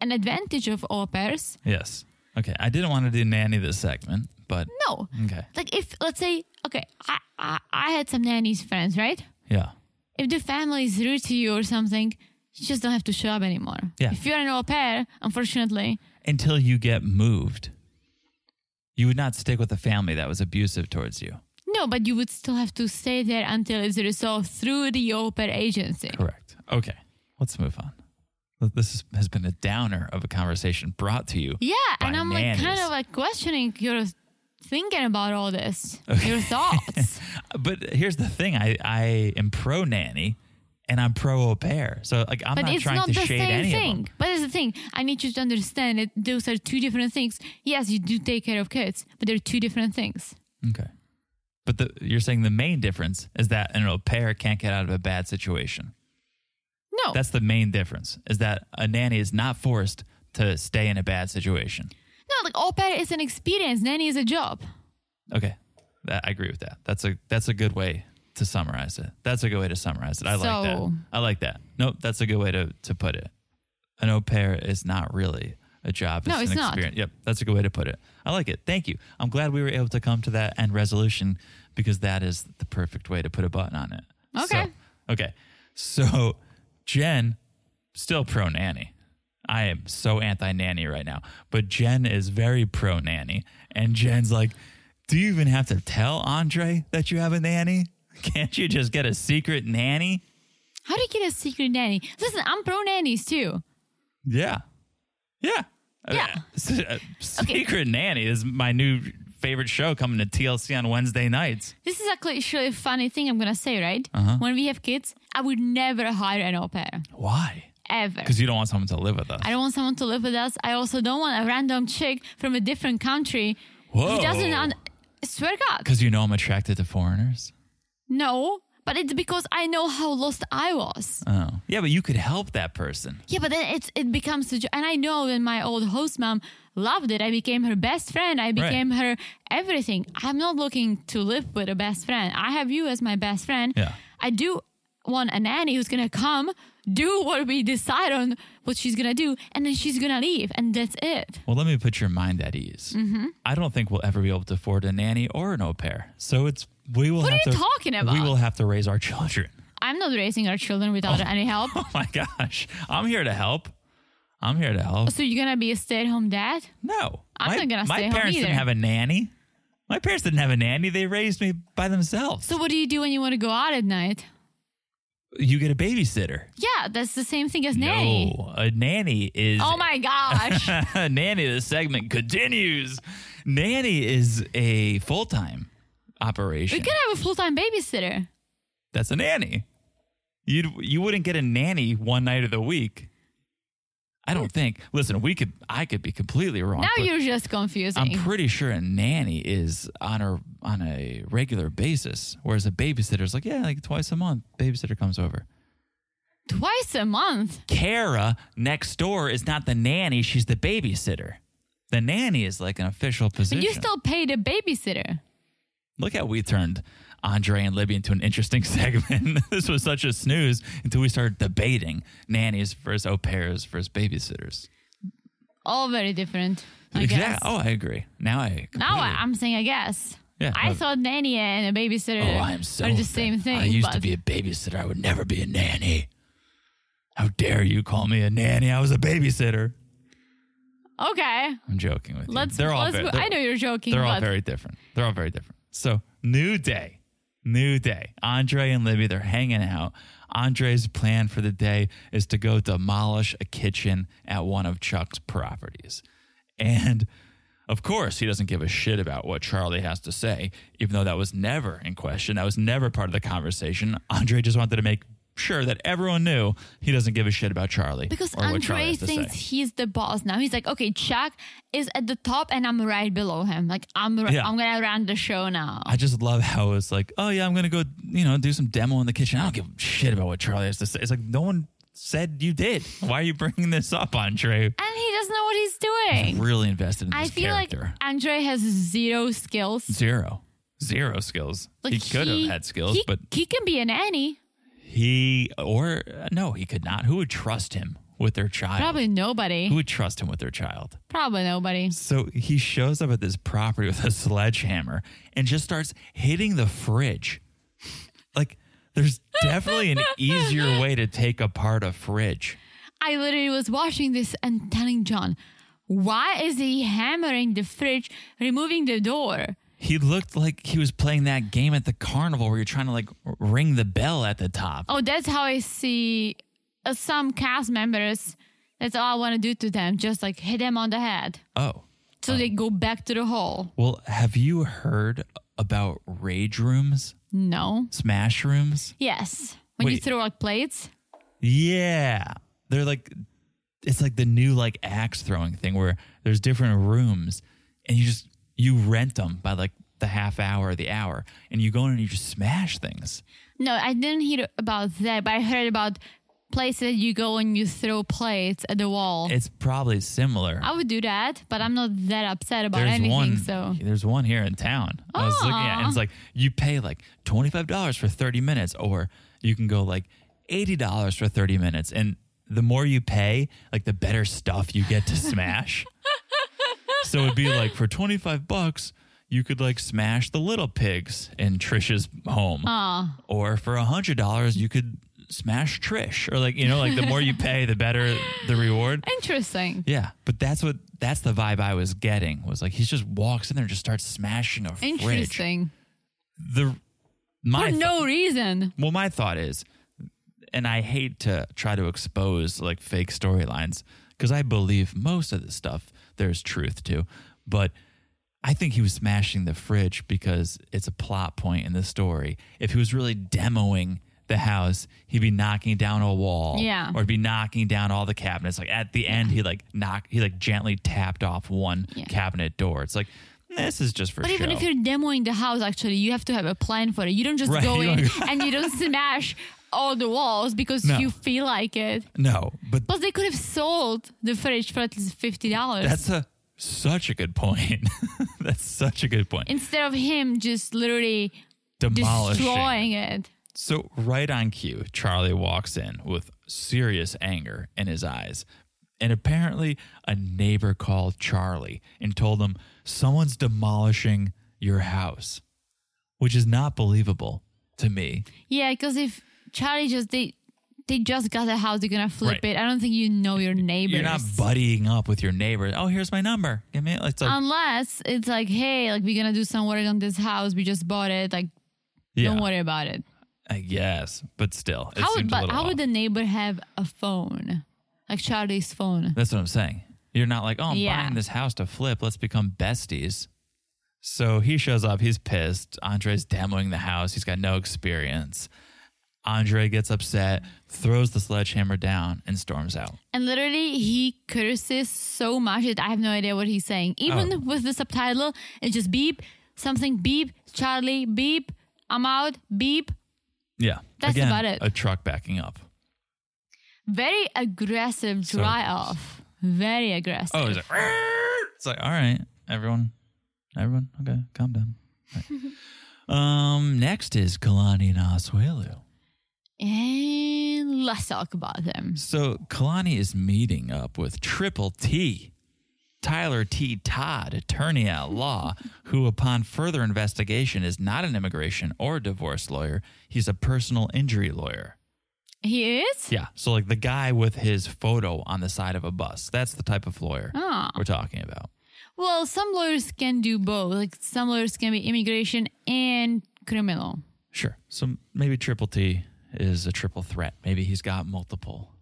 an advantage of au pairs.
Yes. Okay. I didn't want to do nanny this segment, but
No.
okay.
Like if, let's say, okay, I, I, I had some nannies friends, right?
Yeah.
If the family is rude to you or something, you just don't have to show up anymore.
Yeah.
If you're an au pair, unfortunately,
Until you get moved, you would not stick with a family that was abusive towards you.
no, but you would still have to stay there until it's resolved through the au pair agency.
Correct. Okay. Let's move on. This is- has been a downer of a conversation brought to you.
Yeah, and
by
I'm like kind
nannies.
of like questioning your thinking about all this, your thoughts.
But here's the thing: I I am pro nanny, and I'm pro au pair. So like I'm
But
not
it's
trying
not
to
the
shade
same
any of
thing.
them.
But it's the thing. I need you to understand that those are two different things. Yes, you do take care of kids, but they're two different things.
Okay. But the, you're saying the main difference is that an au pair can't get out of a bad situation.
No.
That's the main difference is that a nanny is not forced to stay in a bad situation.
no, like au pair is an experience, nanny is a job.
Okay. That, I agree with that. That's a that's a good way to summarize it. That's a good way to summarize it. I like that.
So-
I like that. Nope, that's a good way to, to put it. An au pair is not really a job.
No, it's
an
not.
experience. Yep, that's a good way to put it. I like it. Thank you. I'm glad we were able to come to that end resolution because that is the perfect way to put a button on it.
Okay.
So, okay. So Jen, still pro nanny. I am so anti nanny right now. But Jen is very pro nanny. And Jen's like, Do you even have to tell Andre that you have a nanny? Can't you just get a secret nanny?
How do you get a secret nanny? Listen, I'm pro nannies too.
Yeah. Yeah.
Yeah.
Uh, Secret Nanny is my new favorite show coming to TLC on Wednesday nights.
This is actually a funny thing I'm gonna say, right? When we have kids, I would never hire an au pair
Why?
ever.
Because you don't want someone to live with us.
I don't want someone to live with us. I also don't want a random chick from a different country
Whoa.
who doesn't. Un- I swear to God,
Because you know I'm attracted to foreigners.
no. But it's because I know how lost I was.
Oh. Yeah, but you could help that person.
Yeah, but then it's it becomes a jo- and I know when my old host mom loved it. I became her best friend. I became her everything. I'm not looking to live with a best friend. I have you as my best friend.
Yeah.
I do want a nanny who's gonna come do what we decide on what she's gonna do, and then she's gonna leave, and that's it.
Well, let me put your mind at ease.
Mm-hmm.
I don't think we'll ever be able to afford a nanny or an au pair. So it's we will.
What
have
are you
to,
talking
We
about?
will have to raise our children.
I'm not raising our children without any help.
Oh my gosh, I'm here to help. I'm here to help.
So you're gonna be a stay-at-home dad?
No,
I'm
my,
not gonna
My
stay home
parents didn't
either.
have a nanny. My parents didn't have a nanny. They raised me by themselves.
So what do you do when you want to go out at night?
you get a babysitter.
Yeah, that's the same thing as nanny.
No, a nanny is.
Oh my gosh.
nanny, the segment continues. Nanny is a full time
We
operation.
could have a full time babysitter.
That's a nanny. You'd you wouldn't get a nanny one night of the week. I don't think. Listen, we could. I could be completely wrong.
Now
but
you're just
I'm
confusing.
pretty sure a nanny is on a on a regular basis, whereas a babysitter's like, yeah, like twice a month, babysitter comes over.
Twice a month.
Kara next door is not the nanny; she's the babysitter. The nanny is like an official position.
But you still pay the babysitter.
Look how we turned Andre and Libby into an interesting segment. this was such a snooze until we started debating nannies versus au pairs versus babysitters.
All very different. I
Yeah.
guess.
Oh, I agree. Now I completely-
now I, I'm saying I guess.
Yeah,
I
but-
thought nanny and a babysitter
Oh, I am so
are Eh, the
offended.
same thing.
I used
but
to be a babysitter. I would never be a nanny. How dare you call me a nanny? I was a babysitter.
Okay.
I'm joking with you.
Let's,
they're all
let's
very,
I know you're joking,
They're all
but
very different. They're all very different. So, new day, new day. Andre and Libby, they're hanging out. Andre's plan for the day is to go demolish a kitchen at one of Chuck's properties. And of course, he doesn't give a shit about what Charlie has to say, even though that was never in question. That was never part of the conversation. Andre just wanted to make sure that everyone knew he doesn't give a shit about Charlie.
because
or what Charlie
Andre
has to say.
thinks he's the boss now. He's like, okay, Chuck is at the top and I'm right below him. Like I'm r-
Yeah.
I'm gonna run the show now.
I just love how it's like, oh yeah, I'm gonna go, you know, do some demo in the kitchen. I don't give a shit about what Charlie has to say. It's like no one said you did. Why are you bringing this up, Andre?
and he doesn't know what he's doing.
Really invested in this
I feel
character.
like Andre has zero skills.
Zero, zero skills.
Like
he could have had skills,
he-
but
he can be a nanny.
he or uh, no, he could not. Who would trust him with their child?
Probably nobody.
Who would trust him with their child?
Probably nobody.
So he shows up at this property with a sledgehammer and just starts hitting the fridge. Like, there's definitely an easier way to take apart a fridge.
I literally was watching this and telling John, why is he hammering the fridge, removing the door?
He looked like he was playing that game at the carnival where you're trying to like r- ring the bell at the top.
Oh, that's how I see uh, some cast members. That's all I want to do to them, just like hit them on the head.
Oh.
So they go back to the hole.
Well, have you heard about rage rooms,
No.
smash rooms?
Yes. When you
Wait.
throw out plates,
Yeah. They're like it's like the new like axe throwing thing where there's different rooms and you just you rent them by like the half hour, the hour, and you go in and you just smash things.
No, I didn't hear about that, but I heard about places you go and you throw plates at the wall.
It's probably similar.
I would do that, but I'm not that upset about anything.
one
so
there's one here in town. I was looking at it, and it's like you pay like twenty five dollars for thirty minutes, or you can go like eighty dollars for thirty minutes. And the more you pay, like the better stuff you get to smash. so it'd be like for twenty five bucks, you could like smash the little pigs in Trish's home. Or for a hundred dollars you could smash Trish. Or like, you know, like the more you pay, the better the reward.
interesting.
Yeah, but that's what that's the vibe I was getting was like he just walks in there and just starts smashing a fridge.
Interesting.
The my
For
th-
no reason.
well, my thought is, and I hate to try to expose like fake storylines because I believe most of the stuff there's truth to, but I think he was smashing the fridge because it's a plot point in the story. If he was really demoing the house, he'd be knocking down a wall,
Yeah.
or be knocking down all the cabinets. Like at the end, he like knocked, he like gently tapped off one
Yeah.
cabinet door. It's like this is just for
But
show.
even if you're demoing the house, actually, you have to have a plan for it. You don't just
Right,
go
you
in
don't-
and you don't smash all the walls because
No.
you feel like it.
no, but
Plus, they could have sold the fridge for at least fifty dollars
That's a such a good point. That's such a good point.
instead of him just literally
Demolishing.
destroying it.
So right on cue, Charlie walks in with serious anger in his eyes. And apparently a neighbor called Charlie and told him someone's demolishing your house, which is not believable to me.
Yeah, because if Charlie just they they just got a house, they're gonna flip
Right.
it. I don't think you know your neighbors.
You're not buddying up with your neighbor. Oh, here's my number. Give me it's
Um,
like
Unless it's like, hey, like we're gonna do some work on this house. We just bought it. Like,
yeah,
don't worry about it.
I guess, but still, it
how
seems
would
a
but
little
how
off.
would the neighbor have a phone? Like Charlie's phone.
That's what I'm saying. You're not like, oh, I'm
Yeah.
buying this house to flip. Let's become besties. So he shows up. He's pissed. Andre's demoing the house. He's got no experience. Andre gets upset, throws the sledgehammer down, and storms out.
And literally he curses so much that I have no idea what he's saying. Even
Oh.
with the subtitle, it's just beep, something beep, Charlie, beep, I'm out, beep.
Yeah.
That's
Again,
about it.
A truck backing up.
Very aggressive
So-
dry off. Very aggressive.
Oh, it's like, it's like, all right, everyone, everyone, okay, calm down. All right. um, next is Kalani and Oswelu.
And let's talk about him.
So Kalani is meeting up with Triple T, Tyler T. Todd, attorney at law, who, upon further investigation, is not an immigration or divorce lawyer. He's a personal injury lawyer.
He is?
Yeah. So, like the guy with his photo on the side of a bus. That's the type of lawyer
Oh.
we're talking about.
Well, some lawyers can do both. Like some lawyers can be immigration and criminal.
Sure. So maybe Triple T is a triple threat. Maybe he's got multiple.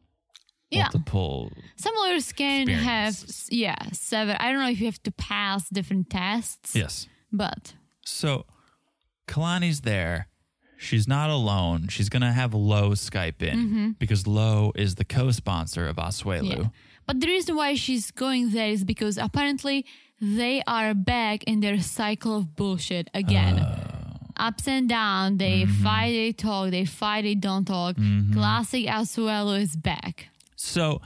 Yeah.
Multiple.
Some lawyers can have
Experiences.
yeah, seven. I don't know if you have to pass different tests.
Yes.
But
So Kalani's there. She's not alone. She's going to have Lo Skype in because Lo is the co sponsor of Oswelu.
Mm-hmm. yeah. But the reason why she's going there is because apparently they are back in their cycle of bullshit again. Ups and down, they fight, they talk, they fight, they don't talk. Classic Asuelo is back.
So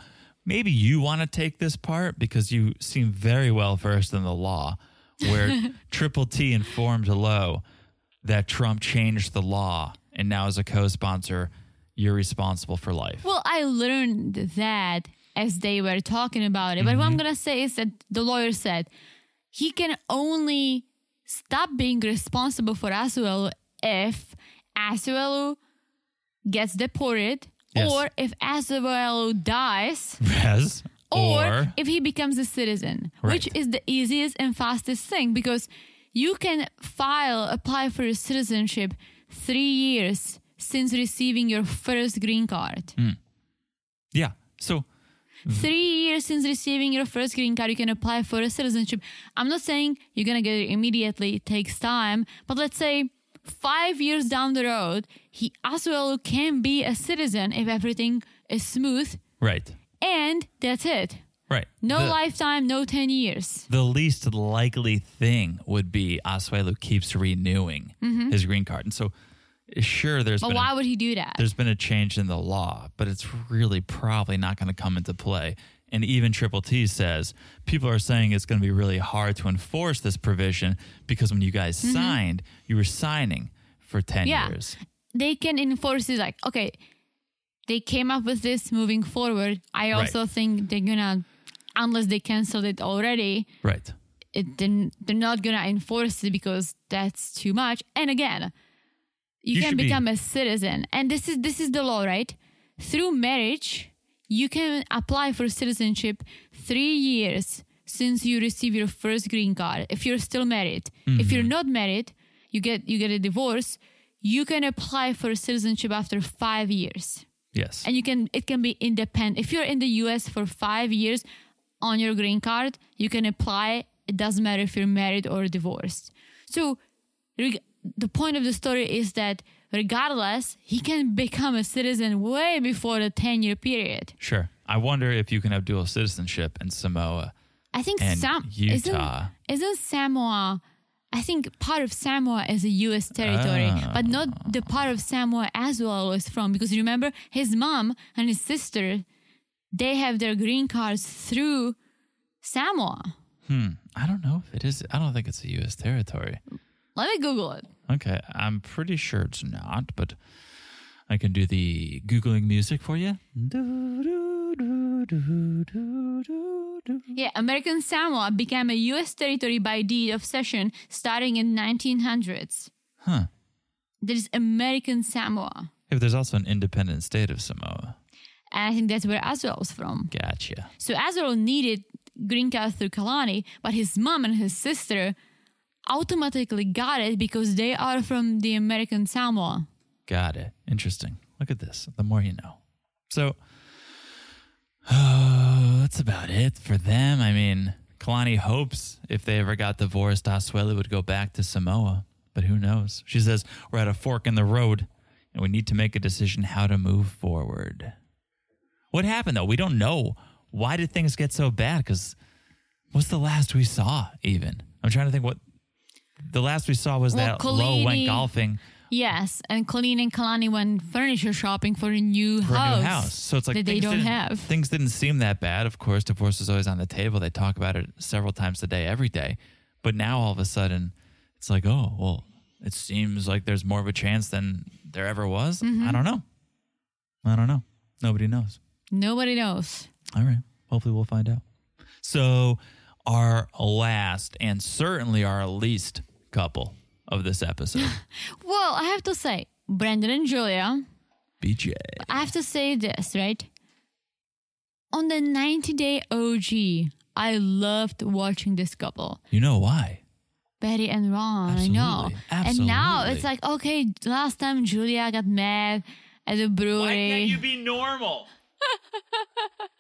maybe you want to take this part because you seem very well versed in the law, where Triple T informed Lo that Trump changed the law and now as a co sponsor, you're responsible for life.
Well, I learned that as they were talking about it. But what I'm
Mm-hmm.
going to say is that the lawyer said he can only stop being responsible for Asuelu if Asuelu gets deported
Yes.
or if Asuelu dies
Yes.
or, if he becomes a citizen, which
Right.
is the easiest and fastest thing because you can file, apply for your citizenship three years since receiving your first green card.
yeah. So
Three years since receiving your first green card, you can apply for a citizenship. I'm not saying you're gonna get it immediately, it takes time, but let's say five years down the road, he as well can be a citizen if everything is smooth.
Right.
And that's it.
Right.
No
the,
lifetime, no 10 years.
the least likely thing would be Osweiler keeps renewing his green card. And so, sure, there's
Mm-hmm. But
been a-
why would he do that?
there's been a change in the law, but it's really probably not going to come into play. And even Triple T says people are saying it's going to be really hard to enforce this provision because when you guys signed, you were signing for 10
Mm-hmm. Yeah.
years.
They can enforce it like, okay, they came up with this moving forward. I
Right.
also think they're gonna, unless they canceled it already,
Right.
it then they're not gonna enforce it because that's too much. And again, you,
You
can
should be-
become a citizen, and this is this is the law, right? Through marriage, you can apply for citizenship three years since you receive your first green card. If you're still married, if you're
Mm-hmm.
not married, you get you get a divorce. You can apply for citizenship after five years
Yes.
and you can it can be independent if you're in the us for five years on your green card you can apply it doesn't matter if you're married or divorced so reg- the point of the story is that regardless he can become a citizen way before the 10 year period
sure. I wonder if you can have dual citizenship in Samoa.
i think
And
Sam-
Utah.
isn't, isn't samoa I think part of Samoa is a U.S. territory, but not the part of Samoa as well is from. Because remember, his mom and his sister, they have their green cards through Samoa.
I don't know if it is. I don't think it's a U.S. territory.
Let me Google it.
Okay. I'm pretty sure it's not, but I can do the Googling music for you.
Yeah, American Samoa became a U.S. territory by deed of cession starting in 1900s.
Huh.
There's American Samoa,
If there's also an independent state of Samoa.
and I think that's where Azrael was from.
Gotcha.
So Azrael needed green card through Kalani, but his mom and his sister automatically got it because they are from the American Samoa.
Got it. Interesting. Look at this. The more you know. So that's about it for them. I mean, Kalani hopes if they ever got divorced, Asuela would go back to Samoa, but who knows? She says, We're at a fork in the road and we need to make a decision how to move forward. What happened though? We don't know. Why did things get so bad? Because what's the last we saw, even? I'm trying to think what the last we saw was
Well,
that Lowe went
Kalani-
golfing.
Yes, and Colleen and Kalani went furniture shopping for a new,
for
house,
a new house. So it's like
that they
things
don't
didn't-
have.
Things didn't seem that bad. Of course, divorce is always on the table. They talk about it several times a day, every day. But now all of a sudden, it's like, oh, well, it seems like there's more of a chance than there ever was.
Mm-hmm.
I don't know. I don't know. Nobody knows.
Nobody knows.
All right. Hopefully, we'll find out. So, our last and certainly our least couple of this episode,
Well, I have to say, Brandon and Julia,
BJ.
I have to say this, right? On the 90 day OG, I loved watching this couple.
You know why?
Betty and Ron. I know.
Absolutely.
And now
Absolutely.
it's like, okay, last time Julia got mad at the brewery.
be normal?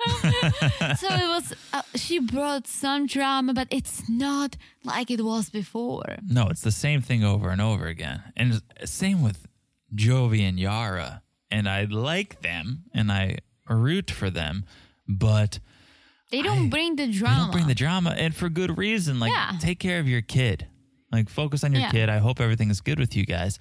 so it was, uh, she brought some drama, but it's not like it was before.
No, it's the same thing over and over again. And it's- same with Jovi and Yara. And I like them and I root for them, but
They don't
I-
bring the
they
drama.
don't bring the drama and for good reason. Like,
Yeah.
take care of your kid. Like, focus on your
Yeah.
kid. I hope everything is good with you guys.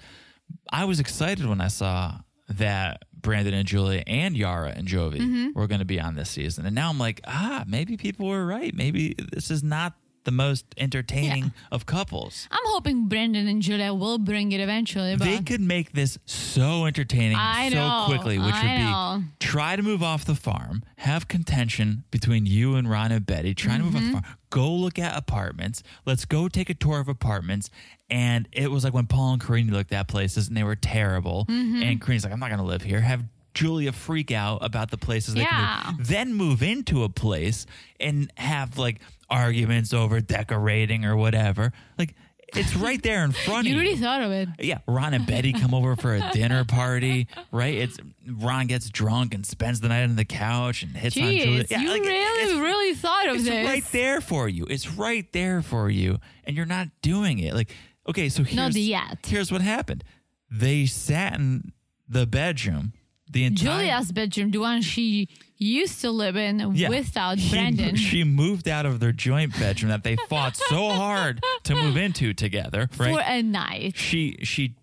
I was excited when I saw that Brandon and Julia and Yara and Jovi
Mm-hmm.
were going to be on this season. And now I'm like, ah, maybe people were right. Maybe this is not the most entertaining of couples.
I'm hoping Brandon and Julia will bring it eventually, but
They could make this so entertaining
I
so
know,
quickly, which
I
would be
know.
try to move off the farm, have contention between you and Ron and Betty, try to move off
Mm-hmm.
the farm, go look at apartments, let's go take a tour of apartments. And it was like when Paul and Corinne looked at places and they were terrible.
Mm-hmm.
And Corinne's like, I'm not going to live here. Have Julia freak out about the places they
Yeah.
can move. Then move into a place and have like arguments over decorating or whatever. Like, it's right there in front
you
of you.
really thought of it.
Yeah, Ron and Betty come over for a dinner party, right? It's Ron gets drunk and spends the night on the couch and hits on Julia.
Jeez,
Yeah,
you
like,
really,
it's,
really thought of
it's
this.
right there for you. It's right there for you, and you're not doing it. Like Okay, so here's,
Not yet.
here's what happened. They sat in the bedroom the entire
Julia's bedroom, the one she used to live in
Yeah.
without
She-
Brandon.
She moved out of their joint bedroom that they fought so hard to move into together, right?
For a night.
she she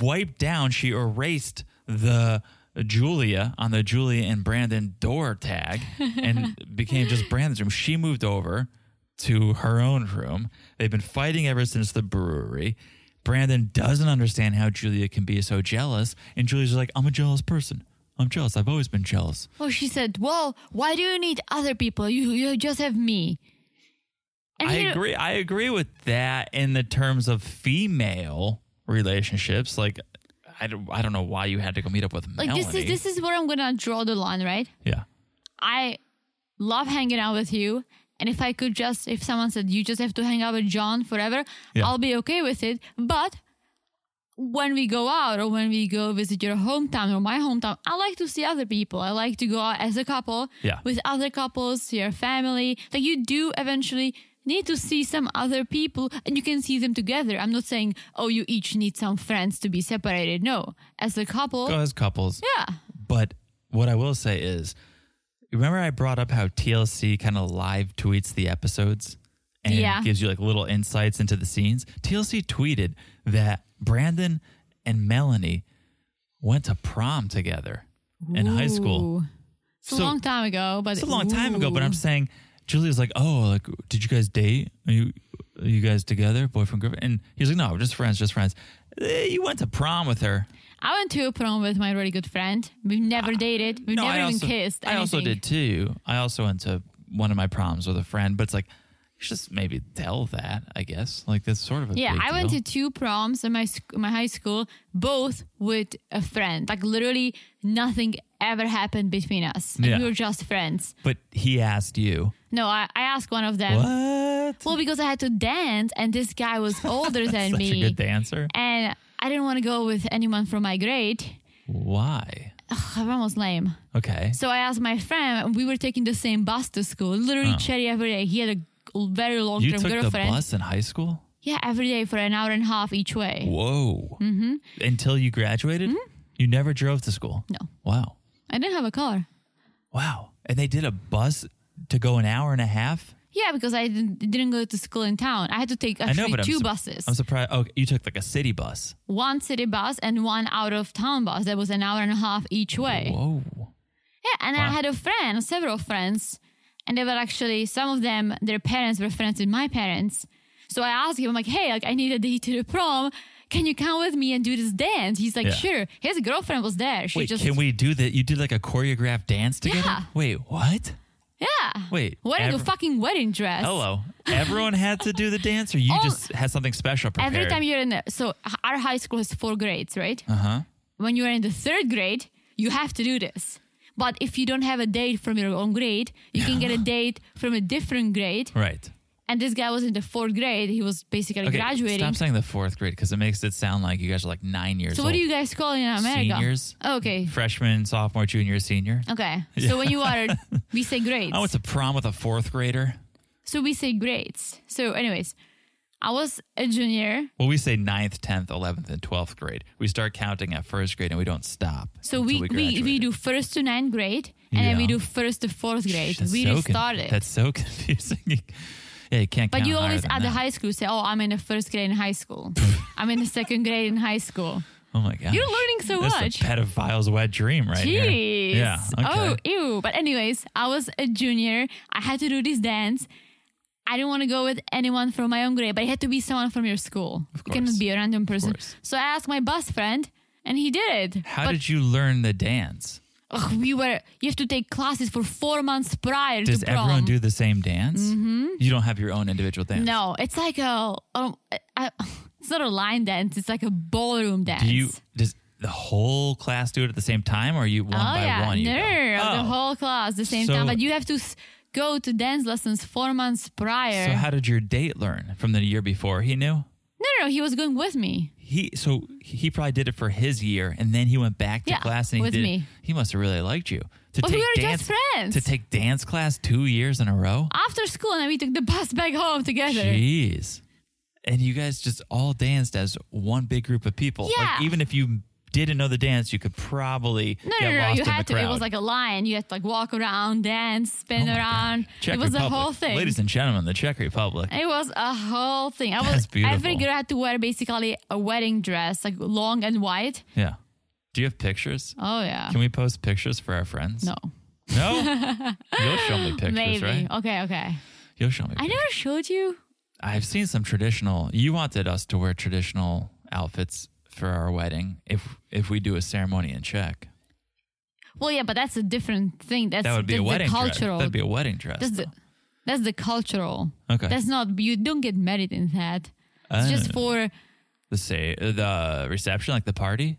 wiped down, she erased the Julia on the Julia and Brandon door tag and became just Brandon's room. She moved over to her own room. They've been fighting ever since the brewery. Brandon doesn't understand how Julia can be so jealous, and Julia's like, "I'm a jealous person. I'm jealous. I've always been jealous."
Oh, she said, Well, why do you need other people? You, you just have me. And
I
you know-
agree. I agree with that in the terms of female relationships. Like, I don't, I don't know why you had to go meet up with
Like
Melanie.
this is this is where I'm gonna draw the line, right?
yeah.
I love hanging out with you. And if I could just, if someone said you just have to hang out with John forever,
Yeah.
I'll be okay with it. But when we go out or when we go visit your hometown or my hometown, I like to see other people. I like to go out as a couple
Yeah.
with other couples, your family. Like you do eventually need to see some other people and you can see them together. I'm not saying, oh, you each need some friends to be separated. No, as a couple.
Go as couples.
Yeah.
But what I will say is, remember I brought up how TLC kind of live tweets the episodes and
Yeah.
gives you like little insights into the scenes. TLC tweeted that Brandon and Melanie went to prom together in high school.
Ooh. It's a
So-
long time ago, but
It's a long time ago, but I'm
ooh.
saying Julia's like, oh, like, did you guys date? Are you, are you guys together, boyfriend, girlfriend? And he's like, no, we're just friends, just friends. Eh, You went to prom with her.
I went to a prom with my really good friend. We've never dated. We've
no,
never
I
even
also,
kissed.
I also
anything.
did too. I also went to one of my proms with a friend, but it's like, you should just maybe tell that, I guess. Like, that's sort of a
Yeah,
big
I went
deal.
to two proms in my sc- my high school, both with a friend. Like literally, nothing ever happened between us. Like,
Yeah.
We were just friends.
But he asked you,
No, I, I asked one of them.
what?
Um, Well, because I had to dance, and this guy was older than
Such
me,
a good dancer.
and I didn't want to go with anyone from my grade.
Why?
Everyone was lame.
Okay.
So I asked my friend, we were taking the same bus to school, literally cherry every day. He had a g- very long
You
term
took
girlfriend.
the bus in high school?
Yeah, every day for an hour and a half each way.
Whoa. Mm-hmm. Until you graduated? You never drove to school?
Mm-hmm. No.
Wow.
I didn't have a car.
Wow. And they did a bus to go an hour and a half?
Yeah, because I didn't, didn't go to school in town. I had to take
I know,
actually
but I'm
2
sur-
buses
I'm surprised. Oh, you took like a city bus.
one city bus and one out of town bus. That was an hour and a half each way.
Whoa.
Yeah, and I
Wow.
had a friend, several friends, and they were actually some of them, their parents were friends with my parents. So I asked him, I'm like, hey, like I need a date to the prom. Can you come with me and do this dance? He's like,
Yeah.
sure. His girlfriend was there. She
Wait,
just
can we do that? You did like a choreographed dance together?
Yeah.
Wait, what?
Yeah.
Wait,
Wearing
ever- Oh,
a fucking wedding dress.
Hello. Everyone had to do the dance, or you
All-
just had something special prepared?
Oh. Every time you're in the so h- our high school is four grades, right?
Uh huh.
When you're in the third grade, you have to do this. But if you don't have a date from your own grade, you can get a date from a different grade.
Right.
And this guy was in the fourth grade; he was basically
Okay.
graduating.
Stop saying the fourth grade because it makes it sound like you guys are like nine years
So
old.
what do you guys call in America? Oh,
Seniors.
Okay.
Freshman, sophomore, junior, senior.
Okay. So when you are, we say grades.
I went to prom with a fourth grader.
so we say grades. So, anyways, I was a junior.
Well, we say ninth, tenth, eleventh, and twelfth grade. We start counting at first grade and we don't stop.
So
until
we we, we
graduated.
do first to ninth grade, and then we
Yeah.
do first to fourth grade.
That's
we
so con-
restarted.
That's so confusing. yeah, you can't.
But
count
you
higher
always
than
at the
that.
high school say, "Oh, I'm in the first grade in high school. I'm in the second grade in high school."
Oh my god!
You're learning so much.
That's a pedophile's wet dream, right
Jeez.
here. Yeah. Okay.
Oh, ew. But anyways, I was a junior. I had to do this dance. I didn't want to go with anyone from my own grade, but it had to be someone from your school. It
course.
cannot be a random person.
course.
So I asked my bus friend, and he did it.
How
but
did you learn the dance?
ugh, we were you have to take classes for four months prior
Does
to prom.
everyone do the same dance? Mm-hmm. You don't have your own individual dance.
no, it's like a um, I, it's not a line dance. It's like a ballroom dance.
Do you? Does the whole class do it at the same time, or you one
Oh
by
yeah,
one? You
no,
go?
the
Oh.
whole class the same
So-
time. But you have to s- go to dance lessons four months prior.
So how did your date learn from the year before? He knew.
no, no, no, he was going with me.
He so he probably did it for his year, and then he went back to
Yeah,
class and he
with
did.
me.
He must have really liked you to
But we
take
were
dance
just friends.
to take dance class two years in a row.
After school, and then we took the bus back home together.
Jeez. and you guys just all danced as one big group of people.
Yeah.
Like even if you didn't know the dance, you could probably
No,
get
no, no,
lost
you
in
had
the
to.
crowd.
It was like a lion. You had to like walk around, dance, spin
Oh my
around.
God. Czech
it was
Republic.
a whole thing.
Ladies and gentlemen, the Czech Republic.
It was a whole thing. I
That's
was every
beautiful.
girl had to wear basically a wedding dress, like long and white.
Yeah. Do you have pictures?
Oh yeah.
Can we post pictures for our friends?
no.
No? You'll show me pictures,
Maybe.
right?
Okay, okay.
You'll show me
I
pictures.
never showed you.
I've seen some traditional. You wanted us to wear traditional outfits for our wedding if if we do a ceremony in Czech.
Well, yeah, but that's a different thing. That's
That would be
the,
a wedding
the
dress.
cultural.
That'd be a wedding dress.
that's the that's the cultural.
Okay.
That's not you don't get married in that. It's just
Oh.
for
the say uh, the reception, like the party.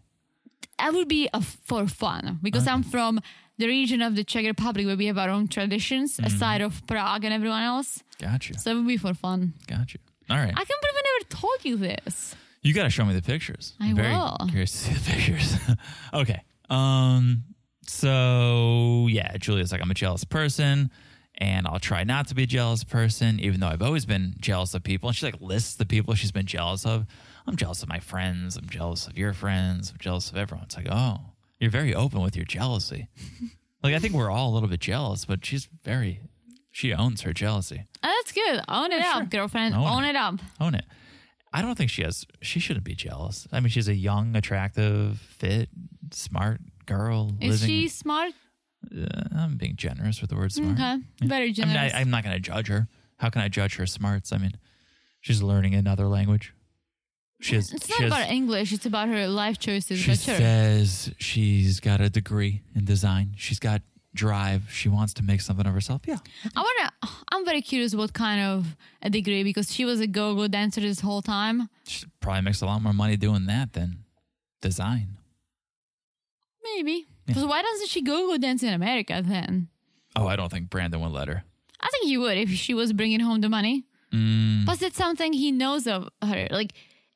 I would be a, for fun because
Ah.
I'm from the region of the Czech Republic where we have our own traditions
Mm-hmm.
aside of Prague and everyone else.
Gotcha.
So it would be for fun.
Gotcha. All right.
I can't believe I never told you this.
you got to show me the pictures.
I
I'm very
will.
curious to see the pictures. okay. Um. So yeah, Julia's like I'm a jealous person, and I'll try not to be a jealous person, even though I've always been jealous of people. And she like lists the people she's been jealous of. I'm jealous of my friends. I'm jealous of your friends. I'm jealous of everyone. It's like oh, you're very open with your jealousy. like I think we're all a little bit jealous, but she's very. She owns her jealousy.
And Ah, that's good. Own it up, girlfriend.
Own
Own
it.
it up.
own it. I don't think she has. She shouldn't be jealous. I mean, she's a young, attractive, fit, smart girl.
Is
living,
she smart?
Uh, I'm being generous with the word smart.
Okay. Very
I mean, I,
generous.
I'm not going to judge her. How can I judge her smarts? I mean, she's learning another language. She has.
it's
she
not
has-
about English. It's about her life choices.
she
But sure.
says she's got a degree in design. She's got drive. She wants to make something of herself. Yeah.
I wanna. I'm very curious what kind of a degree because she was a go-go dancer this whole time.
She probably makes a lot more money doing that than design.
Maybe. So why doesn't she go-go dance in America then?
Oh, I don't think Brandon would let her.
I think he would if she was bringing home the
Mm.
money. Plus, it's something he knows of her. Like,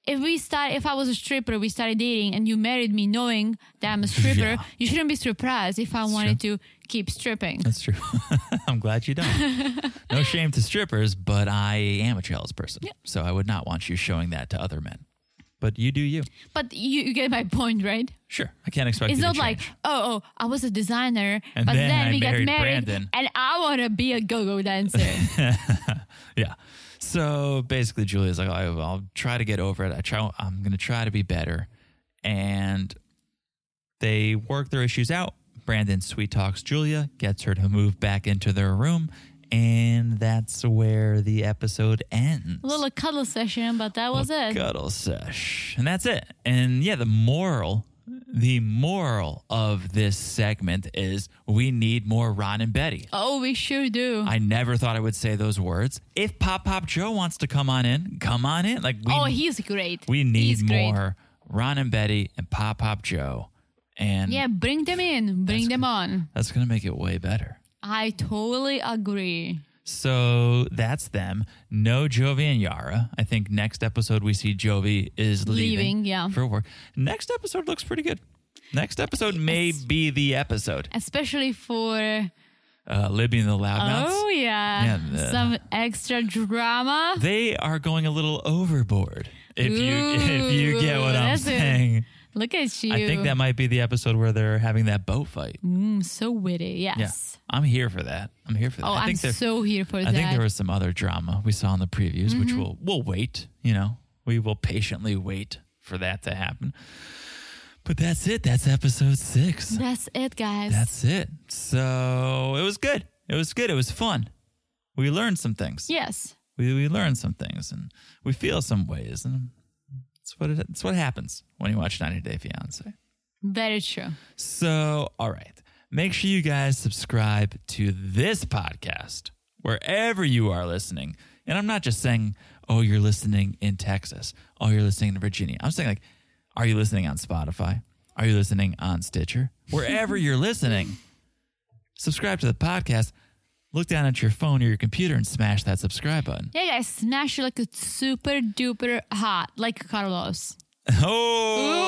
if we start, if I was a stripper, we started dating, and you married me knowing that I'm a stripper,
Yeah.
you shouldn't be surprised if I wanted to keep stripping.
That's true. I'm glad you don't. no shame to strippers, but I am a jealous person. So I would not want you showing that to other men. But you do you.
But you, you get my point, right?
Sure. I can't expect
It's
you to
not like,
change.
oh, oh, I was a designer,
And
but
then
then,
I
we
married
got married,
Brandon.
and I want to be a go-go dancer.
Yeah. So basically, Julia's like, I, I'll try to get over it. I try. I'm gonna try to be better. And they work their issues out. Brandon sweet talks Julia, gets her to move back into their room, and that's where the episode ends.
a little cuddle session, but that was
A
it.
Cuddle sesh. And that's it. And yeah, the moral, the moral of this segment is we need more Ron and Betty.
Oh, we sure do.
I never thought I would say those words. If Pop Pop Joe wants to come on in, come on in. Like we,
oh, he's great.
we need
he's great.
more Ron and Betty and Pop Pop Joe. And
Yeah, bring them in, bring them on.
that's going to make it way better.
I totally agree.
So that's them. No Jovi and Yara. I think next episode we see Jovi is leaving,
Leaving, yeah.
for work. Next episode looks pretty good. Next episode may be the episode.
Especially for
Uh, Libby and the Loudmouths.
oh yeah,
Yeah, the-
some extra drama.
They are going a little overboard. If you if you get what
Ooh,
I'm
that's it.
saying,
Look at you.
I think that might be the episode where they're having that boat fight.
Mm, so witty. Yes.
I'm here for that. I'm here for that.
Oh,
I
I'm
think they're-
so here for
I
that. Mm-hmm.
think there was some other drama we saw in the previews, which we'll we'll wait. You know, we will patiently wait for that to happen. But that's it. That's episode six.
That's it, guys.
That's it. So it was good. It was good. It was fun. We learned some things.
yes.
We we learned some things, and we feel some ways, and that's what it, that's what happens when you watch 90 Day Fiance.
Very true.
So, all right. Make sure you guys subscribe to this podcast wherever you are listening. And I'm not just saying, oh, you're listening in Texas. Oh, you're listening in Virginia. I'm saying, like, are you listening on Spotify? Are you listening on Stitcher? Wherever you're listening, subscribe to the podcast. Look down at your phone or your computer and smash that subscribe button.
Yeah, guys, smash it like a super duper hot, like Carlos.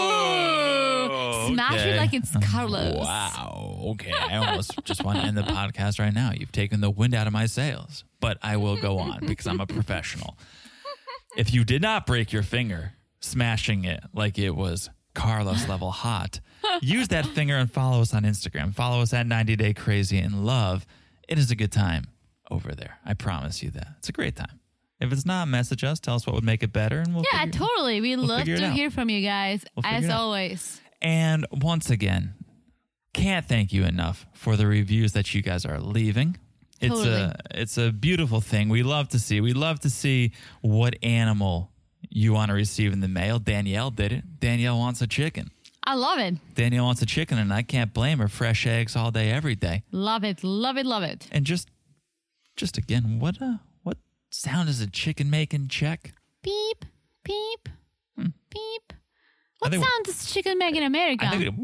Oh,
Smash it like it's Carlos.
Wow. Okay. I almost just want to end the podcast right now. You've taken the wind out of my sails, but I will go on because I'm a professional. if you did not break your finger smashing it like it was Carlos level hot, use that finger and follow us on Instagram. Follow us at 90 Day Crazy in Love. It is a good time over there. I promise you that. It's a great time. If it's not, message us. Tell us what would make it better, and we'll
Yeah,
figure it out.
totally. We love
figure it
to
out.
hear from you guys
We'll figure
as
it out.
always.
And once again, can't thank you enough for the reviews that you guys are leaving. It's
Totally.
a it's a beautiful thing. We love to see. We love to see what animal you want to receive in the mail. Danielle did it. Danielle wants a chicken.
I love it.
Danielle wants a chicken, and I can't blame her. Fresh eggs all day, every day.
Love it. Love it. Love it.
And just just again, what uh what sound is a chicken making? Check.
Beep, beep, Hmm. beep.
I
What
think-
sound does chicken make in America?
I think it-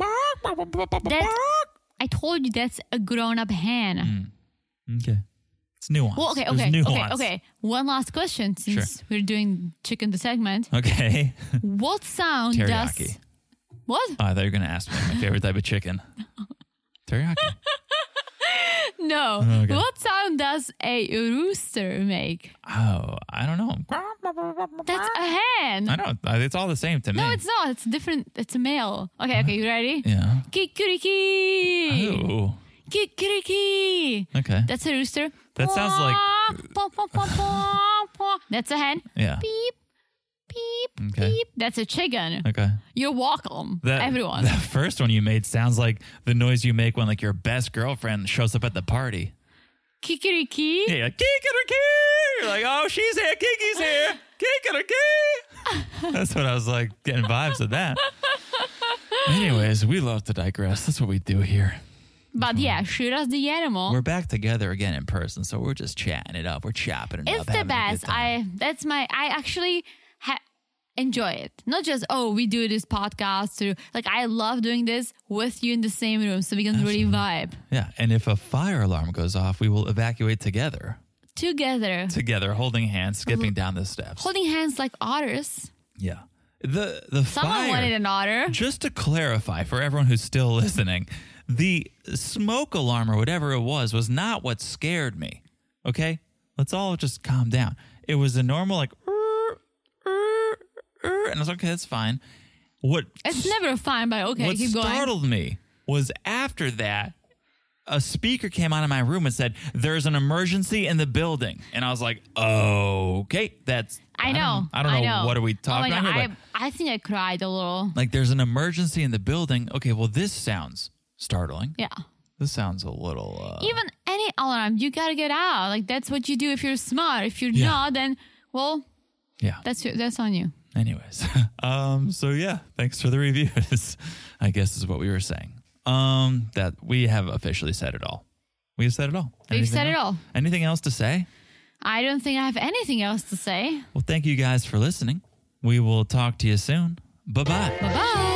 That's- I told you that's a grown up hen.
okay. It's nuanced.
Well, okay,
Hmm. There's
okay, okay,
nuance.
okay. One last question since we're doing chicken the segment.
Okay.
What sound does
Teriyaki.
what?
Oh, I thought you were going to ask me my favorite type of chicken. Teriyaki.
No.
okay.
What sound does a rooster make?
Oh, I don't know.
That's a hen.
I don't. It's all the same to me.
No, it's not. It's different. It's a male. Okay, okay. You ready?
Uh-huh. yeah.
Kikuriki.
Oh,
Kikuriki.
okay.
That's a rooster.
That sounds like-
Paw, paw, paw, paw, paw. That's a hen.
Yeah.
Beep, beep,
Okay.
beep. That's a chicken.
Okay.
You're welcome, everyone.
That first one you made sounds like the noise you make when like your best girlfriend shows up at the party.
Kikiriki.
Yeah, you're like, Kikariki! You're like, oh, she's here. Kiki's here. Kikariki! That's what I was like getting vibes of that. Anyways, we love to digress. That's what we do here.
But yeah, shoot us the animal.
We're back together again in person, so we're just chatting it up. We're chopping it
It's
up.
the
having a good
best.
time.
I that's my I actually ha- enjoy it. Not just oh we do this podcast to like I love doing this with you in the same room so we can really vibe
yeah, and if a fire alarm goes off, we will evacuate together,
together,
together, holding hands, skipping down the steps.
holding hands like otters.
Yeah, the the
Someone
fire.
wanted an otter.
just to clarify for everyone who's still listening, the smoke alarm or whatever it was was not what scared me. Okay? Let's all just calm down. It was a normal like "Er, er, er," and I was like, okay, that's fine. What
It's never fine, but okay,
what
keep going.
startled me was after that a speaker came out of my room and said there's an emergency in the building and i was like okay that's
I know.
i don't, I don't know, what are we
Oh my
talking
God,
about here, but-
I, I think I cried a little.
like there's an emergency in the building okay well this sounds startling
Yeah.
this sounds a little uh,
Even any alarm, you gotta get out. Like that's what you do if you're smart. If you're
Yeah.
not, then well,
yeah
that's your, that's on you.
anyways um so yeah thanks for the reviews i guess is what we were saying um that we have officially said it all we have said it all
We've
Anything
said it
else?
all.
anything else to say
I don't think I have anything else to say.
Well, thank you guys for listening. We will talk to you soon. Bye bye.
Bye bye.